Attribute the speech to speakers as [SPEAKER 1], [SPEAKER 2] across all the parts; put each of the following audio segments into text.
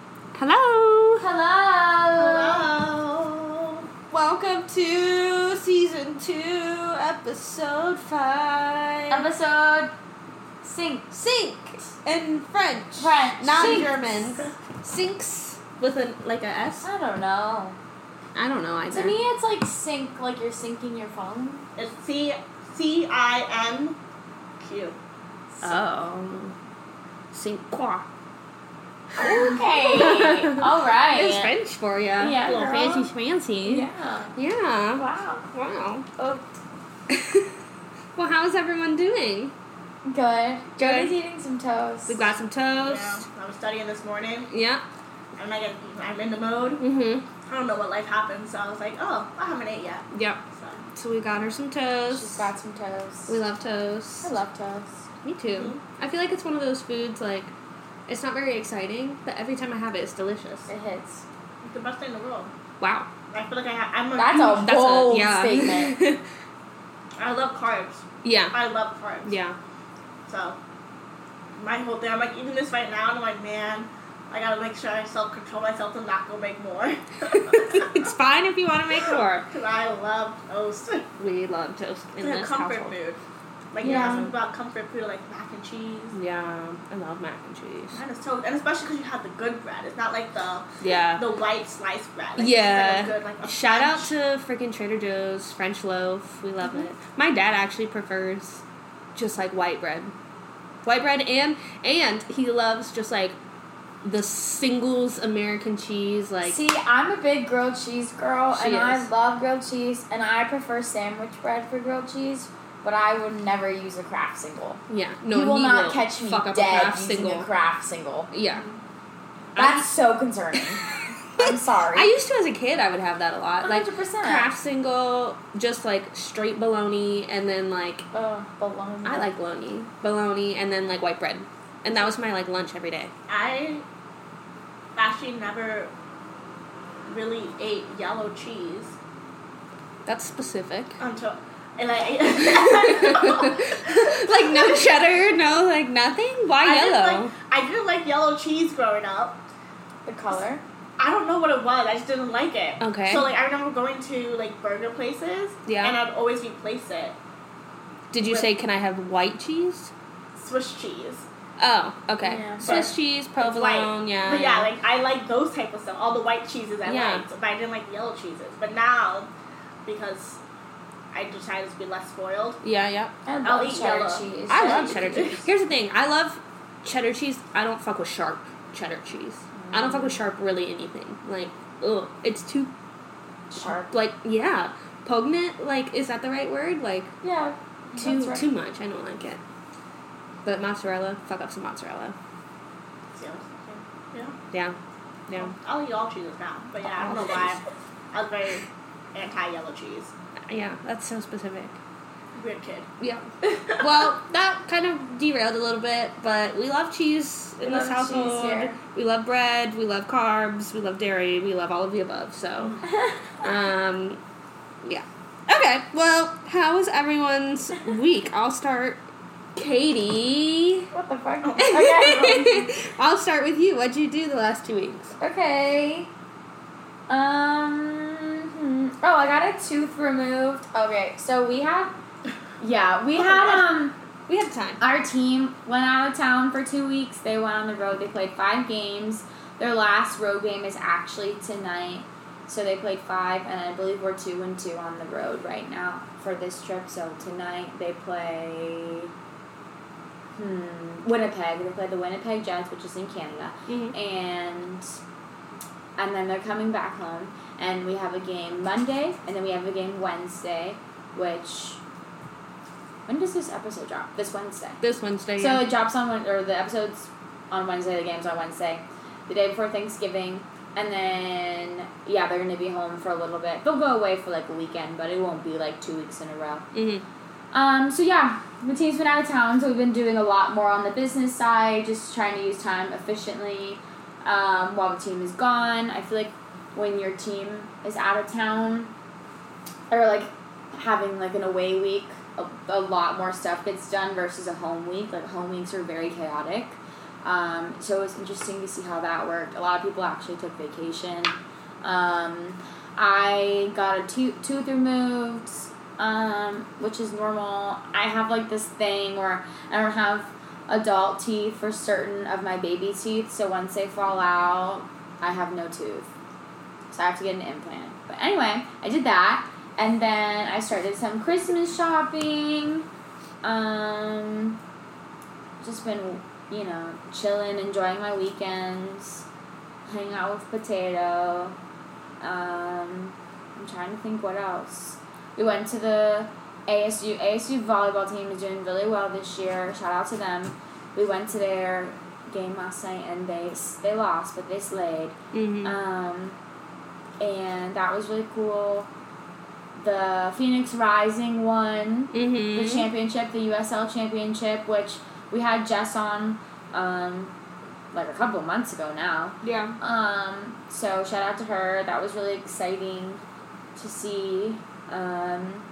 [SPEAKER 1] Hello.
[SPEAKER 2] Hello.
[SPEAKER 1] Hello.
[SPEAKER 2] Welcome to season two, episode five.
[SPEAKER 1] Episode sink
[SPEAKER 2] Sink in French.
[SPEAKER 1] French.
[SPEAKER 2] Not
[SPEAKER 1] Sinks.
[SPEAKER 2] German. Sinks with an like a S.
[SPEAKER 1] I don't know.
[SPEAKER 2] I don't know
[SPEAKER 1] To me, it's like sink, like you're sinking your phone.
[SPEAKER 3] It's C C I N Q.
[SPEAKER 2] Oh. Sink quoi?
[SPEAKER 1] Okay. All right.
[SPEAKER 2] It's French for you.
[SPEAKER 1] Yeah,
[SPEAKER 2] little
[SPEAKER 1] girl.
[SPEAKER 2] fancy fancy.
[SPEAKER 1] Yeah.
[SPEAKER 2] Yeah.
[SPEAKER 1] Wow.
[SPEAKER 2] Wow. Oh.
[SPEAKER 3] Oh,
[SPEAKER 2] well, how's everyone doing?
[SPEAKER 1] Good. Jody's
[SPEAKER 2] Good.
[SPEAKER 1] eating some toast.
[SPEAKER 2] We got some
[SPEAKER 3] you
[SPEAKER 2] toast.
[SPEAKER 3] know, I was studying this morning.
[SPEAKER 2] Yeah.
[SPEAKER 3] I'm like, I'm in the mode.
[SPEAKER 2] Mm-hmm.
[SPEAKER 3] I don't know what life happened, so I was like, oh, I haven't ate yet.
[SPEAKER 2] Yep.
[SPEAKER 3] So
[SPEAKER 2] So we got her some
[SPEAKER 1] She's
[SPEAKER 2] toast.
[SPEAKER 1] got some toast.
[SPEAKER 2] we love Mm-hmm. toast.
[SPEAKER 1] I love toast.
[SPEAKER 2] Me
[SPEAKER 3] hmm,
[SPEAKER 2] too. I feel like it's one of those foods like it's not very exciting, but every time I have it, it's delicious.
[SPEAKER 1] It hits.
[SPEAKER 3] it's the best thing in the world.
[SPEAKER 2] Wow,
[SPEAKER 3] I feel like I ha- I'm a
[SPEAKER 1] That's a-
[SPEAKER 2] that's
[SPEAKER 1] Bold
[SPEAKER 2] a yeah.
[SPEAKER 1] statement.
[SPEAKER 3] I love carbs.
[SPEAKER 2] yeah,
[SPEAKER 3] I love carbs.
[SPEAKER 2] yeah.
[SPEAKER 3] So my whole thing, I'm like eating this right now, and I'm like, man, I gotta make sure I self control myself to not go make more.
[SPEAKER 2] it's fine if you want to make more.
[SPEAKER 3] Cause I love toast.
[SPEAKER 2] We love toast in
[SPEAKER 3] it's like a
[SPEAKER 2] this
[SPEAKER 3] comfort
[SPEAKER 2] household.
[SPEAKER 3] food. Like you
[SPEAKER 1] Yeah.
[SPEAKER 3] know, something about comfort food, like mac and cheese.
[SPEAKER 2] Yeah, I love mac and cheese.
[SPEAKER 3] And it's toast, and especially because you have the good bread. It's not like the
[SPEAKER 2] Yeah.
[SPEAKER 3] the white sliced bread. Like,
[SPEAKER 2] Yeah.
[SPEAKER 3] It's like a good, like, a
[SPEAKER 2] Shout out
[SPEAKER 3] French- Mm-hmm.
[SPEAKER 2] to freaking Trader Joe's French loaf. We love it. My dad actually prefers just like white bread. White bread and and he loves just like the singles American cheese like
[SPEAKER 1] See, I'm a big grilled cheese girl,
[SPEAKER 2] She
[SPEAKER 1] and I
[SPEAKER 2] is.
[SPEAKER 1] love grilled cheese, and I prefer sandwich bread for grilled cheese, but I would never use a craft single.
[SPEAKER 2] yeah. No,
[SPEAKER 1] you will
[SPEAKER 2] he
[SPEAKER 1] not
[SPEAKER 2] will
[SPEAKER 1] catch me
[SPEAKER 2] fuck up
[SPEAKER 1] dead
[SPEAKER 2] a craft
[SPEAKER 1] using
[SPEAKER 2] single.
[SPEAKER 1] a craft single.
[SPEAKER 2] yeah.
[SPEAKER 1] That's so concerning. I'm sorry. Oh,
[SPEAKER 2] I used to as a kid I would have that a lot. Like
[SPEAKER 1] 100%.
[SPEAKER 2] craft single, just like straight bologna and then like
[SPEAKER 1] Oh, bologna.
[SPEAKER 2] I like bologna. Bologna and then like white bread. And that was my like lunch every day.
[SPEAKER 3] I actually never really ate yellow cheese
[SPEAKER 2] That's specific.
[SPEAKER 3] until and I ate. I
[SPEAKER 2] like no cheddar, no like nothing. Why
[SPEAKER 3] Didn't
[SPEAKER 2] yellow?
[SPEAKER 3] like, I didn't like yellow cheese growing up.
[SPEAKER 1] the color.
[SPEAKER 3] I don't know what it was. I just didn't like it.
[SPEAKER 2] Okay.
[SPEAKER 3] So like I remember going to like burger places.
[SPEAKER 2] Yeah.
[SPEAKER 3] And I'd always replace it.
[SPEAKER 2] Did you say can I have white cheese?
[SPEAKER 3] Swiss cheese.
[SPEAKER 2] Oh, okay.
[SPEAKER 1] Yeah.
[SPEAKER 2] Swiss cheese, provolone, yeah.
[SPEAKER 3] But yeah, like I like those type of stuff. All the white cheeses I
[SPEAKER 2] Yeah.
[SPEAKER 3] liked, but I didn't like the yellow cheeses. But now, because I decided to be less spoiled,
[SPEAKER 2] yeah, yeah.
[SPEAKER 1] I love
[SPEAKER 3] eat
[SPEAKER 1] cheddar
[SPEAKER 3] yellow.
[SPEAKER 1] cheese.
[SPEAKER 2] I
[SPEAKER 3] Yeah.
[SPEAKER 2] love cheddar cheese. Here's the thing, I love cheddar cheese. I don't fuck with sharp cheddar cheese. I don't fuck with sharp really anything. Like, ugh, it's too
[SPEAKER 1] Sharp.
[SPEAKER 2] like yeah, pungent. Like, is that the right word? Like
[SPEAKER 1] Yeah.
[SPEAKER 2] too
[SPEAKER 1] that's right.
[SPEAKER 2] too much. I don't like it. But mozzarella, fuck up some mozzarella.
[SPEAKER 3] so, yeah.
[SPEAKER 2] Yeah,
[SPEAKER 3] yeah.
[SPEAKER 2] yeah,
[SPEAKER 3] I'll eat all cheeses now. But yeah, I don't know why. I was very anti yellow cheese.
[SPEAKER 2] yeah. That's so specific.
[SPEAKER 3] Weird kid.
[SPEAKER 2] Yeah. Well, that kind of derailed a little bit, but we love cheese in
[SPEAKER 1] We
[SPEAKER 2] this
[SPEAKER 1] love cheese
[SPEAKER 2] household.
[SPEAKER 1] here.
[SPEAKER 2] We love bread. We love carbs. We love dairy. We love all of the above.
[SPEAKER 1] Mm-hmm.
[SPEAKER 2] So, um, yeah. Okay. Well, how was everyone's week? I'll start. Katie.
[SPEAKER 1] What the fuck? Okay.
[SPEAKER 2] I'll start with you. What'd you do the last two weeks?
[SPEAKER 1] Okay. Um. hmm. Oh, I got a tooth removed. Okay, so we had. Yeah, we had um.
[SPEAKER 2] We have time.
[SPEAKER 1] Our team went out of town for two weeks. They went on the road. They played five games. Their last road game is actually tonight. So they played five, and I believe we're two and two on the road right now for this trip. So tonight they play. Hmm, Winnipeg. They play the Winnipeg Jets, which is in Canada
[SPEAKER 2] Mhm.
[SPEAKER 1] and and then they're coming back home and we have a game monday and then we have a game wednesday which when does this episode drop this wednesday
[SPEAKER 2] This Wednesday.
[SPEAKER 1] so
[SPEAKER 2] Oh, yeah.
[SPEAKER 1] it drops on Wed- or the episodes on wednesday the games on wednesday the day before thanksgiving and then yeah they're gonna be home for a little bit they'll go away for like a weekend but it won't be like two weeks in a row
[SPEAKER 2] Mhm.
[SPEAKER 1] um, so yeah, the team's been out of town, so we've been doing a lot more on the business side, just trying to use time efficiently um, while the team is gone. I feel like when your team is out of town or like having like an away week a, a lot more stuff gets done versus a home week like home weeks are very chaotic um, so it was interesting to see how that worked a lot of people actually took vacation um, i got a two- tooth removed um, which is normal i have like this thing where i don't have adult teeth for certain of my baby teeth so once they fall out i have no tooth so I have to get an implant. But anyway, I did that, and then I started some Christmas shopping. Um, just been you know chilling, enjoying my weekends, hanging out with Potato. Um, I'm trying to think what else. We went to the ASU ASU volleyball team is doing really well this year. Shout out to them. We went to their game last night and they they lost, but they slayed.
[SPEAKER 2] Mm-hmm.
[SPEAKER 1] Um, and that was really cool. The Phoenix Rising won
[SPEAKER 2] mm-hmm.
[SPEAKER 1] the championship, the USL championship, which we had Jess on um, like a couple months ago now.
[SPEAKER 2] yeah.
[SPEAKER 1] Um, so shout out to her. That was really exciting to see. Um,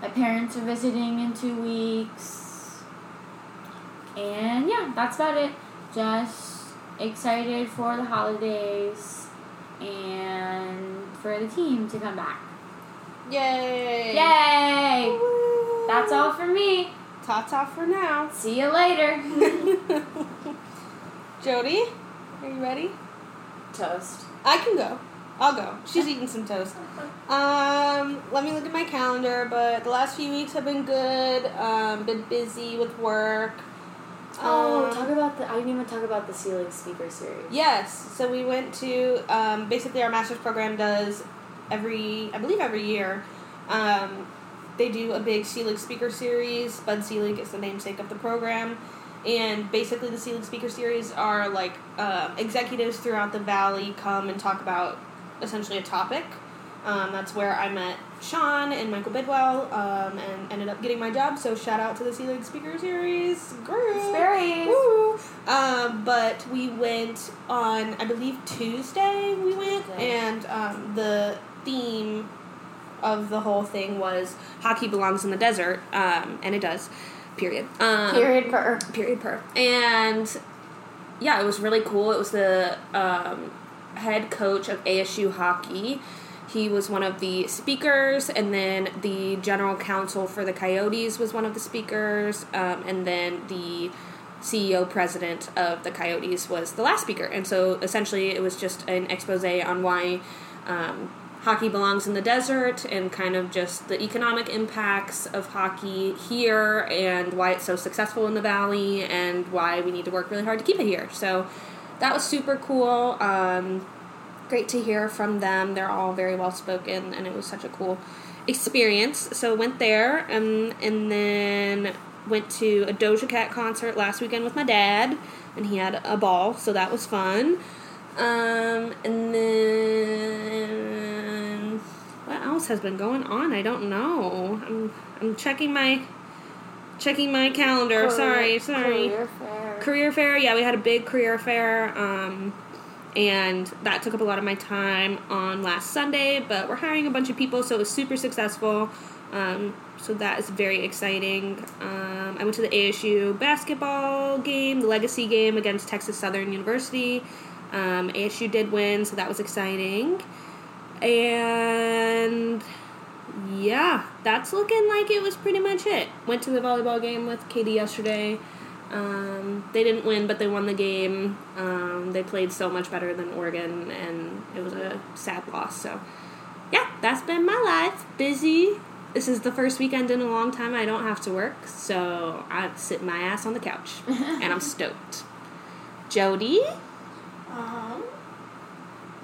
[SPEAKER 1] my parents are visiting in two weeks. And yeah, that's about it. Just excited for the holidays and for the team to come back.
[SPEAKER 2] Yay.
[SPEAKER 1] Yay! That's all for me.
[SPEAKER 2] Ta ta for now.
[SPEAKER 1] See you later.
[SPEAKER 2] Jody, are you ready?
[SPEAKER 1] Toast.
[SPEAKER 2] I can go. I'll go. She's eating some toast. Um, let me look at my calendar, but the last few weeks have been good. Um, been busy with work.
[SPEAKER 4] Oh,
[SPEAKER 2] Um,
[SPEAKER 4] talk about the. I didn't even talk about the ceiling speaker series.
[SPEAKER 2] Yes. So we went to um, basically our master's program does every I believe every year. Um, they do a big Seelig speaker series. Bud Seelig is the namesake of the program, and basically the Seelig speaker series are like um executives throughout the valley come and talk about essentially a topic. Um, that's where I met Sean and Michael Bidwell, um, and ended up getting my job. So shout out to the Seelig speaker series group. Woo! Um, but we went on, I believe Tuesday we went,
[SPEAKER 4] Tuesday.
[SPEAKER 2] and um, the theme of the whole thing was hockey belongs in the desert, um, and it does. Period. Um,
[SPEAKER 4] Period per.
[SPEAKER 2] Period per. And yeah, it was really cool. It was the um, head coach of ASU hockey. He was one of the speakers, and then the general counsel for the Coyotes was one of the speakers, um, and then the CEO president of the Coyotes was the last speaker. And so essentially, it was just an expose on why um, hockey belongs in the desert and kind of just the economic impacts of hockey here and why it's so successful in the valley and why we need to work really hard to keep it here. So that was super cool. Um, great to hear from them. They're all very well spoken, and it was such a cool experience. So went there, um, and then went to a Doja Cat concert last weekend with my dad, and he had a ball, so that was fun. Um, and then what else has been going on? I don't know. I'm I'm checking my checking my calendar. sorry, sorry
[SPEAKER 4] Career fair.
[SPEAKER 2] career fair yeah we had a big career fair um, and that took up a lot of my time on last sunday but we're hiring a bunch of people so it was super successful um, so that is very exciting um, i went to the asu basketball game the legacy game against texas southern university um, asu did win so that was exciting and yeah, that's looking like it was pretty much it. Went to the volleyball game with Katie yesterday. Um, they didn't win, but they won the game. Um, they played so much better than Oregon, and it was a sad loss. So, yeah, that's been my life. Busy. This is the first weekend in a long time I don't have to work, so I sit my ass on the couch, and I'm stoked. Jody,
[SPEAKER 3] Um,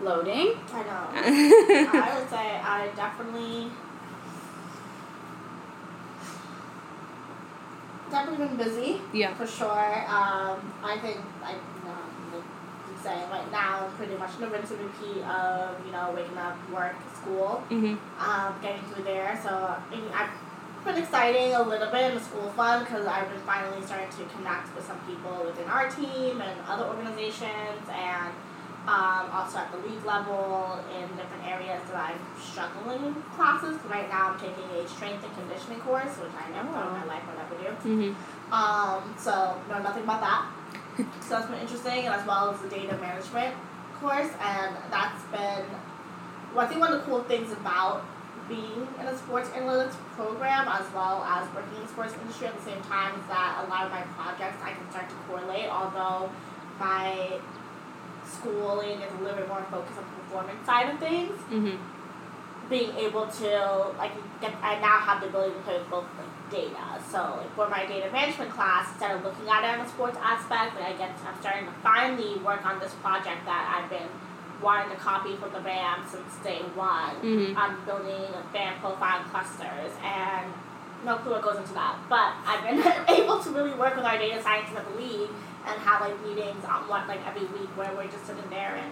[SPEAKER 1] Loading.
[SPEAKER 3] I know.
[SPEAKER 2] I
[SPEAKER 3] I would say I definitely definitely been busy
[SPEAKER 2] yeah,
[SPEAKER 3] for sure. Um, I think I you know, like you say right now I'm pretty much in a rinse and repeat of you know waking up, work, school,
[SPEAKER 2] mm-hmm.
[SPEAKER 3] um, getting through there. So I mean, I've been exciting a little bit in the school fun because I've been finally starting to connect with some people within our team and other organizations and. um, also at the league level in different areas that I'm struggling in classes. Right now, I'm taking a strength and conditioning course, which I never thought in my life I'd ever do.
[SPEAKER 2] hmm
[SPEAKER 3] Um, so know nothing about that. so that's been interesting, and as well as the data management course, and that's been. Well, I think one of the cool things about being in a sports analytics program, as well as working in the sports industry at the same time, is that a lot of my projects I can start to correlate. Although my schooling is a little bit more focused on the performance side of things
[SPEAKER 2] hmm
[SPEAKER 3] being able to like get, I now have the ability to play with both like, data. So like for my data management class, instead of looking at it on the sports aspect, like, I get to, I'm starting to finally work on this project that I've been wanting to copy from the BAM since day one.
[SPEAKER 2] hmm
[SPEAKER 3] I'm building fan profile clusters and no clue what goes into that. But I've been able to really work with our data scientists at the league and have like meetings on what like every week where we're just sitting there and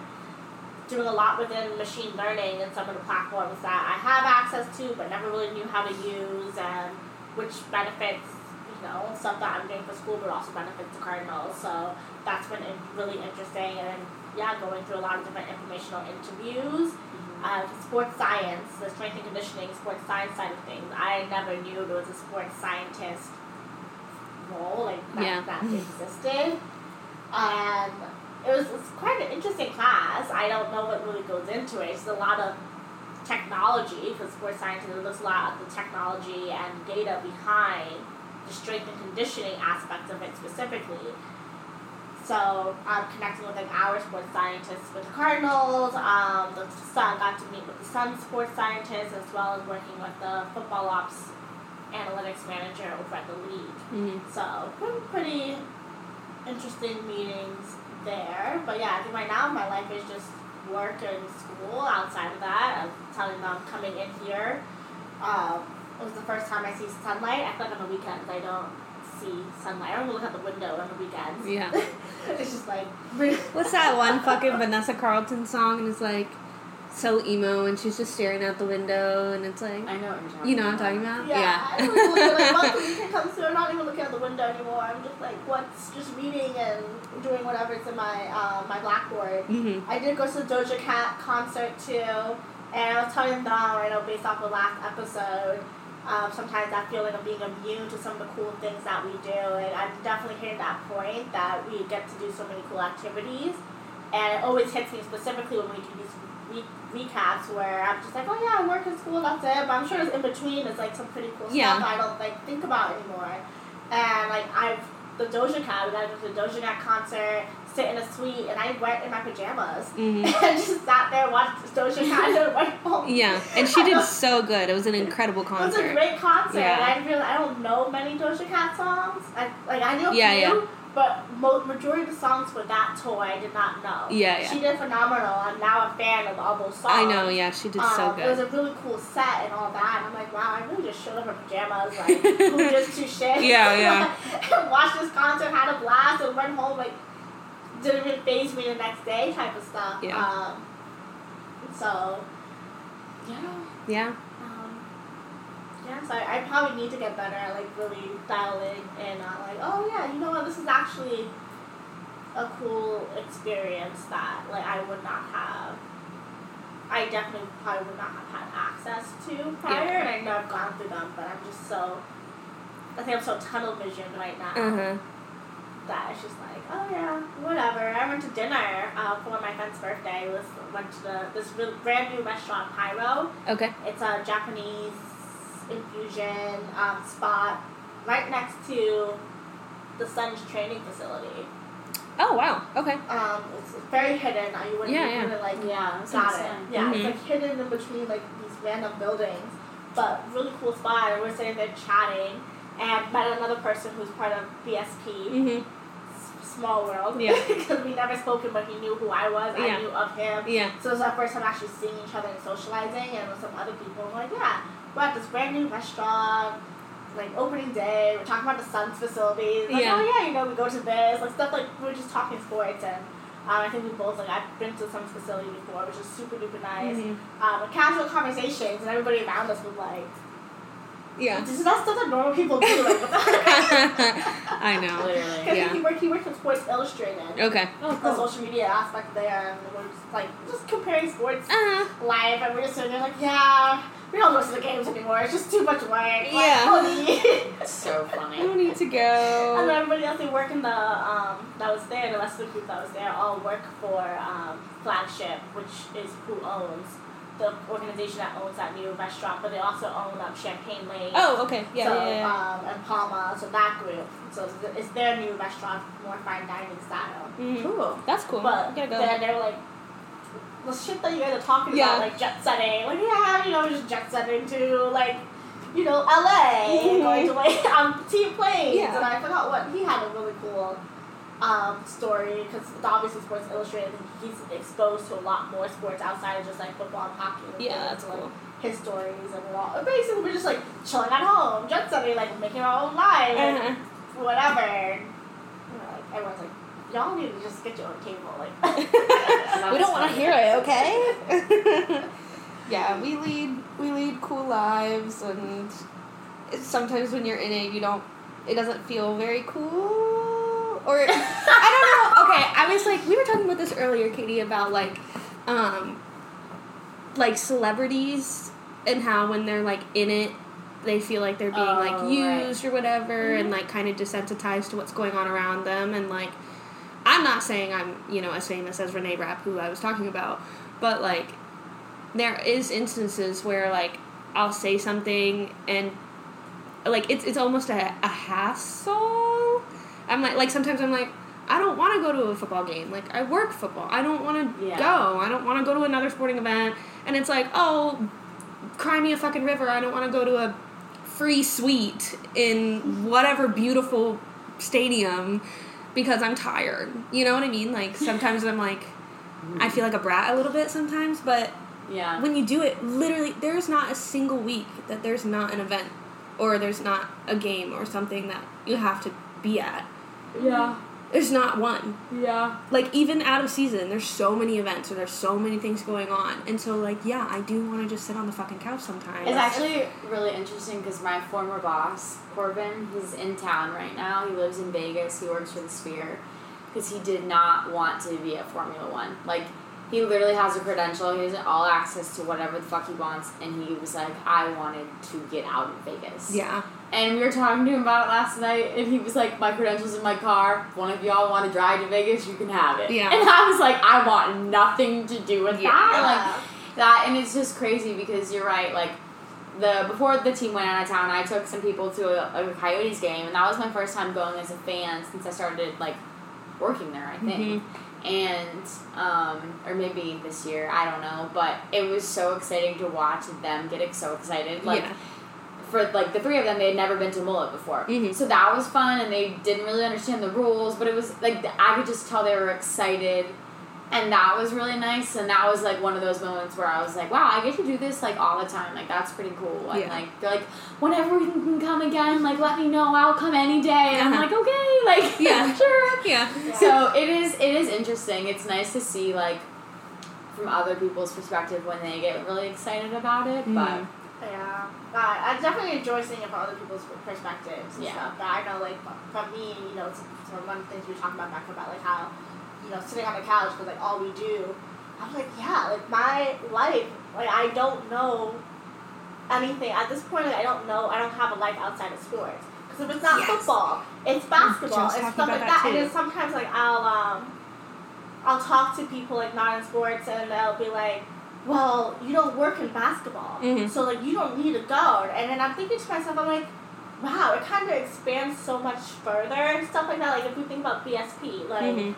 [SPEAKER 3] doing a lot within machine learning and some of the platforms that I have access to but never really knew how to use and which benefits you know stuff that I'm doing for school but also benefits the Cardinals. So that's been in- really interesting and yeah, going through a lot of different informational interviews uh, sports science, the strength and conditioning, sports science side of things. I never knew there was a sports scientist role like that,
[SPEAKER 2] Yeah.
[SPEAKER 3] that existed. Um, it was it's quite an interesting class. I don't know what really goes into it. It's a lot of technology because sports science it looks a lot at the technology and data behind the strength and conditioning aspects of it specifically. So um, I'm connecting with like our sports scientists with the Cardinals. Um, the Sun got to meet with the Sun sports scientists as well as working with the football ops analytics manager over at the league.
[SPEAKER 2] hmm
[SPEAKER 3] So pretty, pretty interesting meetings there. But yeah, I think right now my life is just work and school. Outside of that, I'm telling them coming in here. Um, it was the first time I see sunlight. I feel like on the weekends I don't see sunlight. I don't even look out the window on the weekends.
[SPEAKER 2] Yeah.
[SPEAKER 3] it's just like
[SPEAKER 2] What's that one fucking Vanessa Carlton song? And it's like so emo, and she's just staring out the window, and it's like,
[SPEAKER 4] I know what you're talking
[SPEAKER 2] you know what I'm talking about?
[SPEAKER 3] yeah. I was like, once the weekend comes through, I'm not even looking out the window anymore. I'm just like, what's just reading and doing whatever's in my uh, my blackboard.
[SPEAKER 2] hmm
[SPEAKER 3] I did go to the Doja Cat concert too, and I was telling them, I know based off the last episode, um, sometimes that feeling of being immune to some of the cool things that we do, and I'm definitely hitting that point that we get to do so many cool activities, and it always hits me specifically when we do these re- recaps where I'm just like, oh yeah, I work in school, that's it, but I'm sure it's in between, it's like some pretty cool
[SPEAKER 2] Yeah.
[SPEAKER 3] stuff I don't like think about anymore, and like I've the Doja Cat, we got to go to the Doja Cat concert, sit in a suite, and I went in my pajamas.
[SPEAKER 2] hmm
[SPEAKER 3] And just sat there, watched Doja Cat, and went home.
[SPEAKER 2] Yeah, and she did so good. It was an incredible
[SPEAKER 3] It was a
[SPEAKER 2] concert.
[SPEAKER 3] great concert.
[SPEAKER 2] Yeah.
[SPEAKER 3] and I didn't realize I don't know many Doja Cat songs. I, like I knew a
[SPEAKER 2] Yeah,
[SPEAKER 3] few, but mo- majority of the songs for that tour I did not know.
[SPEAKER 2] Yeah, yeah.
[SPEAKER 3] She did phenomenal. I'm now a fan of all those songs.
[SPEAKER 2] I know, yeah, she did so
[SPEAKER 3] Um, It was
[SPEAKER 2] good.
[SPEAKER 3] a really cool set and all that. And I'm like, wow, I really just showed up in pajamas, like, who just too shit.
[SPEAKER 2] Yeah, yeah.
[SPEAKER 3] and watched this concert, had a blast, and went home, like, didn't really phase me the next day type of stuff.
[SPEAKER 2] Yeah.
[SPEAKER 3] Um, so,
[SPEAKER 4] about. Yeah.
[SPEAKER 2] Yeah,
[SPEAKER 3] um, yeah, so I, I probably need to get better at, like, really dialing in on, like, oh, yeah, you know what, this is actually a cool experience that, like, I would not have. I definitely probably would not have had access to prior, and I know I've gone through them, but I'm just so. I think I'm so tunnel visioned right now
[SPEAKER 2] uh huh.
[SPEAKER 3] that it's just like, oh yeah, whatever. I went to dinner uh, for my friend's birthday. Was went to the this real, brand new restaurant, Pyro.
[SPEAKER 2] Okay.
[SPEAKER 3] It's a Japanese infusion um, spot right next to the Sun's training facility.
[SPEAKER 2] Oh wow. Okay.
[SPEAKER 3] Um, it's very hidden. uh, You wouldn't
[SPEAKER 2] Yeah,
[SPEAKER 3] you
[SPEAKER 2] yeah.
[SPEAKER 3] wouldn't, like
[SPEAKER 4] Yeah. that's
[SPEAKER 3] Got
[SPEAKER 4] what
[SPEAKER 3] it.
[SPEAKER 4] I'm saying.
[SPEAKER 3] Yeah,
[SPEAKER 2] Mhm.
[SPEAKER 3] it's like hidden in between like these random buildings, but really cool spot. And we're sitting there chatting, and met another person who's part of BSP,
[SPEAKER 2] Mhm.
[SPEAKER 3] s- small world.
[SPEAKER 2] Yeah.
[SPEAKER 3] because we never spoken, but he knew who I was.
[SPEAKER 2] Yeah.
[SPEAKER 3] I knew of him.
[SPEAKER 2] Yeah.
[SPEAKER 3] So it was our first time actually seeing each other and socializing, and with some other people. I'm like, yeah, we're at this brand new restaurant. Like opening day, we're talking about the Suns facilities. Like,
[SPEAKER 2] Yeah.
[SPEAKER 3] oh yeah, you know, we go to this, like stuff like we we're just talking sports and um, I think we both like I've been to some facility before, which is super duper nice.
[SPEAKER 2] Mhm.
[SPEAKER 3] Um, casual conversations, and everybody around us was like,
[SPEAKER 2] Yeah.
[SPEAKER 3] This is not stuff that normal people do. Like, what the
[SPEAKER 2] I know.
[SPEAKER 1] Literally.
[SPEAKER 3] Because
[SPEAKER 2] Yeah.
[SPEAKER 3] he worked, he worked with Sports Illustrated.
[SPEAKER 2] Okay.
[SPEAKER 1] Oh,
[SPEAKER 3] The
[SPEAKER 1] cool.
[SPEAKER 3] social media aspect there, and we're just like just comparing sports
[SPEAKER 2] Uh,
[SPEAKER 3] live, and we're just sitting there like, yeah, we don't go to the games anymore. It's just too much work. Like,
[SPEAKER 2] Yeah.
[SPEAKER 3] honey.
[SPEAKER 1] It's so
[SPEAKER 2] I
[SPEAKER 1] funny.
[SPEAKER 2] don't need to
[SPEAKER 3] And then
[SPEAKER 2] go.
[SPEAKER 3] everybody else they work in the um that was there, the rest of the group that was there all work for um flagship, which is who owns the organization that owns that new restaurant, but they also own um Champagne Lane.
[SPEAKER 2] Oh, okay. Yeah,
[SPEAKER 3] so,
[SPEAKER 2] yeah, yeah.
[SPEAKER 3] Um, and Palma, so that group. So th- it's their new restaurant, more fine dining style.
[SPEAKER 2] Mhm.
[SPEAKER 1] Cool.
[SPEAKER 2] That's cool.
[SPEAKER 3] But
[SPEAKER 2] I gotta go.
[SPEAKER 3] then they're like, the shit that you guys are talking
[SPEAKER 2] Yeah.
[SPEAKER 3] about, like jet setting, like yeah, you know, just jet setting to like, you know, LA,
[SPEAKER 2] Mhm.
[SPEAKER 3] going to like um, team planes,
[SPEAKER 2] Yeah.
[SPEAKER 3] and I forgot what he had a really cool um, story because obviously Sports Illustrated, he's exposed to a lot more sports outside of just like football and hockey. and
[SPEAKER 2] Yeah,
[SPEAKER 3] things,
[SPEAKER 2] that's
[SPEAKER 3] and, like,
[SPEAKER 2] cool.
[SPEAKER 3] His stories and we're all basically we're just like chilling at home, jet setting, like making our own lives, and
[SPEAKER 2] Uh-huh.
[SPEAKER 3] whatever. And, you know, like, everyone's like, y'all need to just get your own table, like.
[SPEAKER 2] we don't want to hear it, okay? yeah, we lead we lead cool lives, and it's, sometimes when you're in it, you don't. It doesn't feel very cool, or I don't know. Okay, I was like, we were talking about this earlier, Katie, about like, um, like celebrities and how when they're like in it. They feel like they're being
[SPEAKER 3] Oh,
[SPEAKER 2] like
[SPEAKER 3] right.
[SPEAKER 2] used or whatever, and like kind of desensitized to what's going on around them, and like I'm not saying I'm, you know, as famous as Renee Rapp, who I was talking about, but like, there is instances where like I'll say something and like it's it's almost a, a hassle. I'm like like sometimes I'm like I don't want to go to a football game. Like I work football. I don't want to
[SPEAKER 1] Yeah.
[SPEAKER 2] go. I don't want to go to another sporting event. And it's like oh, cry me a fucking river. I don't want to go to a free suite in whatever beautiful stadium because I'm tired. You know what I mean? Like sometimes I'm like I feel like a brat a little bit sometimes, but
[SPEAKER 1] Yeah.
[SPEAKER 2] when you do it, literally there is not a single week that there's not an event or there's not a game or something that you have to be at.
[SPEAKER 1] Yeah.
[SPEAKER 2] There's not one.
[SPEAKER 1] Yeah.
[SPEAKER 2] Like even out of season, there's so many events or there's so many things going on. And so like yeah, I do want to just sit on the fucking couch sometimes.
[SPEAKER 1] It's actually really interesting because my former boss, Corbin, he's in town right now. He lives in Vegas. He works for the Sphere because he did not want to be at Formula One. Like, he literally has a credential. He has all access to whatever the fuck he wants. And he was like, I wanted to get out of Vegas.
[SPEAKER 2] Yeah.
[SPEAKER 1] And we were talking to him about it last night, and he was like, "My credentials in my car. One of y'all want to drive to Vegas, you can have it."
[SPEAKER 2] Yeah.
[SPEAKER 1] And I was like, "I want nothing to do with
[SPEAKER 2] Yeah.
[SPEAKER 1] that." Like that, and it's just crazy because you're right. Like the before the team went out of town, I took some people to a, a Coyotes game, and that was my first time going as a fan since I started like working there. I think
[SPEAKER 2] Mhm.
[SPEAKER 1] and um, or maybe this year, I don't know. But it was so exciting to watch them get ex- so excited. Like
[SPEAKER 2] Yeah.
[SPEAKER 1] for like the three of them, they had never been to Mullet before,
[SPEAKER 2] Mhm.
[SPEAKER 1] so that was fun, and they didn't really understand the rules. But it was like I could just tell they were excited. And that was really nice, and that was like one of those moments where I was like, "Wow, I get to do this like all the time. Like that's pretty cool." And
[SPEAKER 2] Yeah.
[SPEAKER 1] like they're like, "Whenever we can come again, like let me know. I'll come any day." And I'm
[SPEAKER 2] Uh-huh.
[SPEAKER 1] like, "Okay, like
[SPEAKER 2] Yeah.
[SPEAKER 1] sure."
[SPEAKER 2] Yeah.
[SPEAKER 1] so it is it is interesting it's nice to see like from other people's perspective when they get really excited about it
[SPEAKER 2] Mhm.
[SPEAKER 1] but
[SPEAKER 3] Yeah, but I definitely enjoy seeing it from other people's perspectives. And
[SPEAKER 1] Yeah.
[SPEAKER 3] stuff. But I know, like, for me, you know, it's, it's one of the things we were talking about back about, like, how, you know, sitting on the couch because, like, all we do, I'm like, yeah, like, my life, like, I don't know anything. At this point, like, I don't know, I don't have a life outside of sports. Because if it's not
[SPEAKER 2] Yes.
[SPEAKER 3] football, it's basketball,
[SPEAKER 2] just
[SPEAKER 3] it's
[SPEAKER 2] talking
[SPEAKER 3] stuff
[SPEAKER 2] about
[SPEAKER 3] like
[SPEAKER 2] that
[SPEAKER 3] that. And
[SPEAKER 2] too.
[SPEAKER 3] then sometimes, like, I'll, um, I'll talk to people like not in sports, and they'll be like, "Well, you don't work in basketball,
[SPEAKER 2] Mhm.
[SPEAKER 3] so like you don't need a guard." And then I'm thinking to myself, I'm like, "Wow, it kind of expands so much further and stuff like that." Like if you think about BSP, like
[SPEAKER 2] Mhm.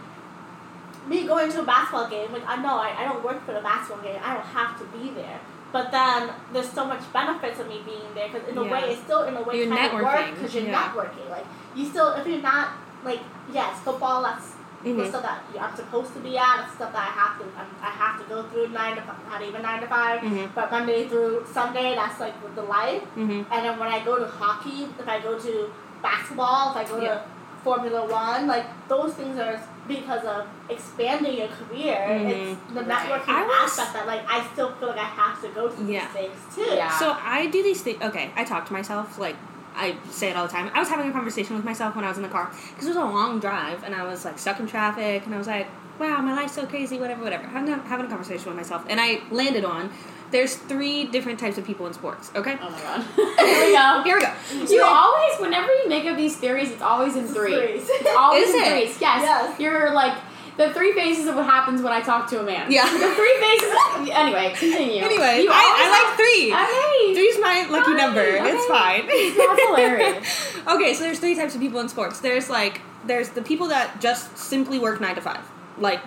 [SPEAKER 3] me going to a basketball game, like I know I, I don't work for the basketball game, I don't have to be there. But then there's so much benefits of me being there because in a
[SPEAKER 2] Yeah.
[SPEAKER 3] way it's still in a way
[SPEAKER 2] You're
[SPEAKER 3] kind of work
[SPEAKER 2] networking,
[SPEAKER 3] because you're
[SPEAKER 2] yeah.
[SPEAKER 3] networking. Like you still if you're not like yes football that's the
[SPEAKER 2] Mhm.
[SPEAKER 3] stuff that I'm supposed to be at, it's stuff that I have to I'm, I have to go through nine to five, not even nine to five,
[SPEAKER 2] Mhm.
[SPEAKER 3] but Monday through Sunday that's like the life.
[SPEAKER 2] Mhm.
[SPEAKER 3] And then when I go to hockey, if I go to basketball, if I go
[SPEAKER 2] Yeah.
[SPEAKER 3] to Formula One, like those things are because of expanding your career, it's the
[SPEAKER 1] Right.
[SPEAKER 3] networking
[SPEAKER 2] Mm-hmm. I was-
[SPEAKER 3] aspect that like I still feel like I have to go to these
[SPEAKER 2] Yeah.
[SPEAKER 3] things too.
[SPEAKER 1] Yeah.
[SPEAKER 2] So I do these things. Okay, I talk to myself. Like I say it all the time. I was having a conversation with myself when I was in the car because it was a long drive, and I was like stuck in traffic, and I was like, "Wow, my life's so crazy." Whatever, whatever. Having a, having a conversation with myself, and I landed on there's three different types of people in sports. Okay,
[SPEAKER 1] Oh my god. Here we go.
[SPEAKER 2] here we go.
[SPEAKER 1] You always, whenever you make up these theories, it's always in three.
[SPEAKER 3] Threes.
[SPEAKER 1] It's always
[SPEAKER 2] Is
[SPEAKER 1] in
[SPEAKER 2] it?
[SPEAKER 1] threes. Yes.
[SPEAKER 3] Yes.
[SPEAKER 1] You're like the three phases of what happens when I talk to a man.
[SPEAKER 2] Yeah.
[SPEAKER 1] The three phases. Of, anyway, continue.
[SPEAKER 2] Anyway,
[SPEAKER 1] you
[SPEAKER 2] I, I like three.
[SPEAKER 1] like three.
[SPEAKER 2] Three's my lucky
[SPEAKER 1] Fine,
[SPEAKER 2] number.
[SPEAKER 1] okay.
[SPEAKER 2] It's fine.
[SPEAKER 1] That's hilarious.
[SPEAKER 2] Okay, so there's three types of people in sports. There's like there's the people that just simply work nine to five. Like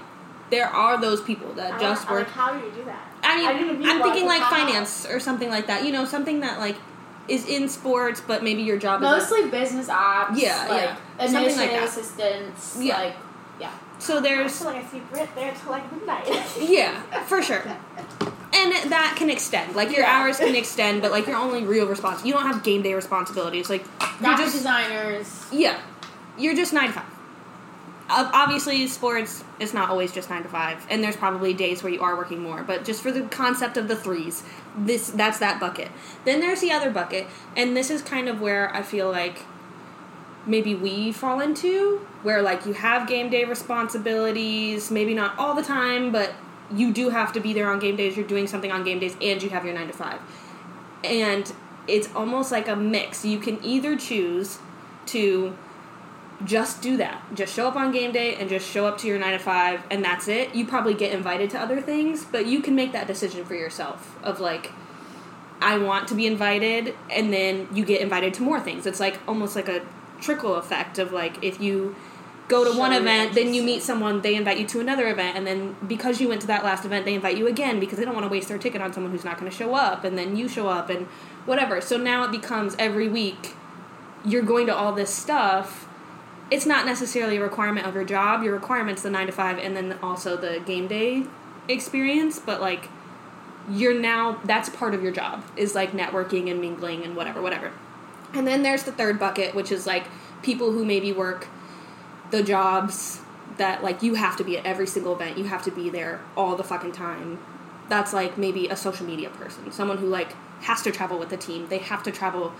[SPEAKER 2] there are those people
[SPEAKER 3] I
[SPEAKER 2] that
[SPEAKER 3] don't-
[SPEAKER 2] just
[SPEAKER 3] I'm
[SPEAKER 2] work.
[SPEAKER 3] like, how do you do that?
[SPEAKER 2] I
[SPEAKER 3] I didn't
[SPEAKER 2] mean,
[SPEAKER 3] even
[SPEAKER 2] I'm
[SPEAKER 3] realize
[SPEAKER 2] thinking
[SPEAKER 3] the
[SPEAKER 2] like
[SPEAKER 3] time.
[SPEAKER 2] finance or something like that. You know, something that like is in sports, but maybe your job is.
[SPEAKER 1] Mostly business ops.
[SPEAKER 2] Yeah,
[SPEAKER 1] like,
[SPEAKER 2] yeah. Something like
[SPEAKER 1] Administrative
[SPEAKER 2] that.
[SPEAKER 1] assistants.
[SPEAKER 2] Yeah.
[SPEAKER 1] Like,
[SPEAKER 2] So
[SPEAKER 3] I
[SPEAKER 2] there's
[SPEAKER 3] feel like I see Brit there till like midnight.
[SPEAKER 2] yeah, for sure. And that can extend. Like your
[SPEAKER 3] Yeah.
[SPEAKER 2] hours can extend, but like your only real response. You don't have game day responsibilities. Like you're
[SPEAKER 1] graphic
[SPEAKER 2] just
[SPEAKER 1] designers.
[SPEAKER 2] Yeah, you're just nine to five. Ob- Obviously, sports it's not always just nine to five, and there's probably days where you are working more. But just for the concept of the threes, this that's that bucket. Then there's the other bucket, and this is kind of where I feel like maybe we fall into where like you have game day responsibilities, maybe not all the time, but you do have to be there on game days. You're doing something on game days, and you have your nine to five, and it's almost like a mix. You can either choose to just do that. Just show up on game day and just show up to your 9 to 5 and that's it. You probably get invited to other things, but you can make that decision for yourself of like I want to be invited and then you get invited to more things. It's like almost like a trickle effect of like if you go to
[SPEAKER 1] Show
[SPEAKER 2] one
[SPEAKER 1] your
[SPEAKER 2] event, then you
[SPEAKER 1] interest.
[SPEAKER 2] meet someone, they invite you to another event and then because you went to that last event, they invite you again because they don't want to waste their ticket on someone who's not going to show up and then you show up and whatever. So now it becomes every week you're going to all this stuff it's not necessarily a requirement of your job. Your requirement's the nine to five, and then also the game day experience. But like, you're now that's part of your job is like networking and mingling and whatever, whatever. And then there's the third bucket, which is like people who maybe work the jobs that like you have to be at every single event. You have to be there all the fucking time. That's like maybe a social media person, someone who like has to travel with the team. They have to travel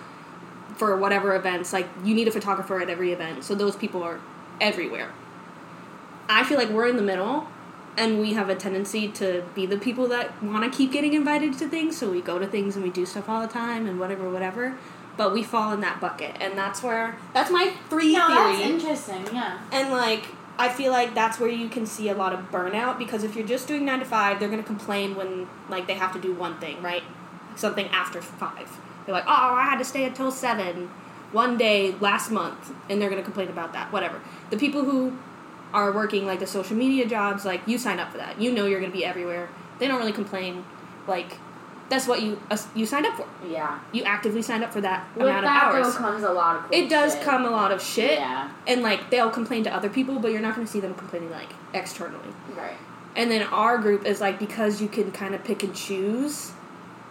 [SPEAKER 2] for whatever events. Like you need a photographer at every event, so those people are everywhere. I feel like we're in the middle, and we have a tendency to be the people that want to keep getting invited to things. So we go to things and we do stuff all the time and whatever, whatever. But we fall in that bucket, and that's where that's my three
[SPEAKER 1] No,
[SPEAKER 2] theory.
[SPEAKER 1] that's interesting. Yeah.
[SPEAKER 2] And like I feel like that's where you can see a lot of burnout because if you're just doing 9 to 5, they're going to complain when like they have to do one thing, right? Something after 5. They're like, "Oh, I had to stay until 7 one day last month." And they're going to complain about that, whatever. The people who are working like the social media jobs, like you sign up for that. You know you're going to be everywhere. They don't really complain like that's what you uh, you signed up for.
[SPEAKER 1] Yeah.
[SPEAKER 2] You actively signed up for that
[SPEAKER 1] With
[SPEAKER 2] amount
[SPEAKER 1] that
[SPEAKER 2] of
[SPEAKER 1] though
[SPEAKER 2] hours.
[SPEAKER 1] comes a lot of. Cool
[SPEAKER 2] It does
[SPEAKER 1] shit.
[SPEAKER 2] come a lot of shit
[SPEAKER 1] Yeah.
[SPEAKER 2] and like they'll complain to other people but you're not going to see them complaining like externally
[SPEAKER 1] Right.
[SPEAKER 2] and then our group is like because you can kind of pick and choose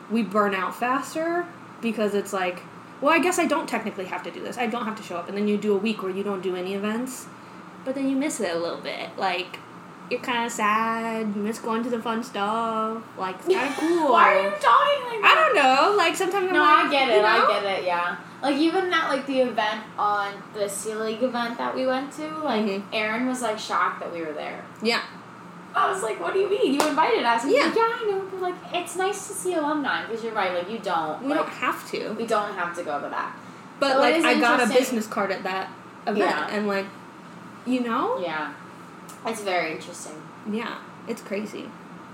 [SPEAKER 2] we burn out faster because it's like well i guess i don't technically have to do this i don't have to show up and then you do a week where you don't do any events but then you miss it a little bit like you're kind of sad you miss going to the fun stuff like it's kind of cool
[SPEAKER 3] Why are you talking like
[SPEAKER 2] i
[SPEAKER 3] that?
[SPEAKER 2] don't know like sometimes
[SPEAKER 1] No,
[SPEAKER 2] i'm like
[SPEAKER 1] I get
[SPEAKER 2] you
[SPEAKER 1] it.
[SPEAKER 2] know?
[SPEAKER 1] I get it. Yeah. Like even at like the event on the Sea League event that we went to, like
[SPEAKER 2] Mhm.
[SPEAKER 1] Aaron was like shocked that we were there.
[SPEAKER 2] yeah
[SPEAKER 1] I was like, "What do you mean? You invited us?" He's
[SPEAKER 2] Yeah.
[SPEAKER 1] Like, yeah, I know. But like, it's nice to see alumni because you're right. Like, you don't.
[SPEAKER 2] we
[SPEAKER 1] like,
[SPEAKER 2] don't have to
[SPEAKER 1] we don't have to go to that.
[SPEAKER 2] But
[SPEAKER 1] So it
[SPEAKER 2] like
[SPEAKER 1] is
[SPEAKER 2] I got a
[SPEAKER 1] interesting.
[SPEAKER 2] business card at that event
[SPEAKER 1] Yeah.
[SPEAKER 2] and like you know?
[SPEAKER 1] Yeah. It's very interesting.
[SPEAKER 2] Yeah. It's crazy.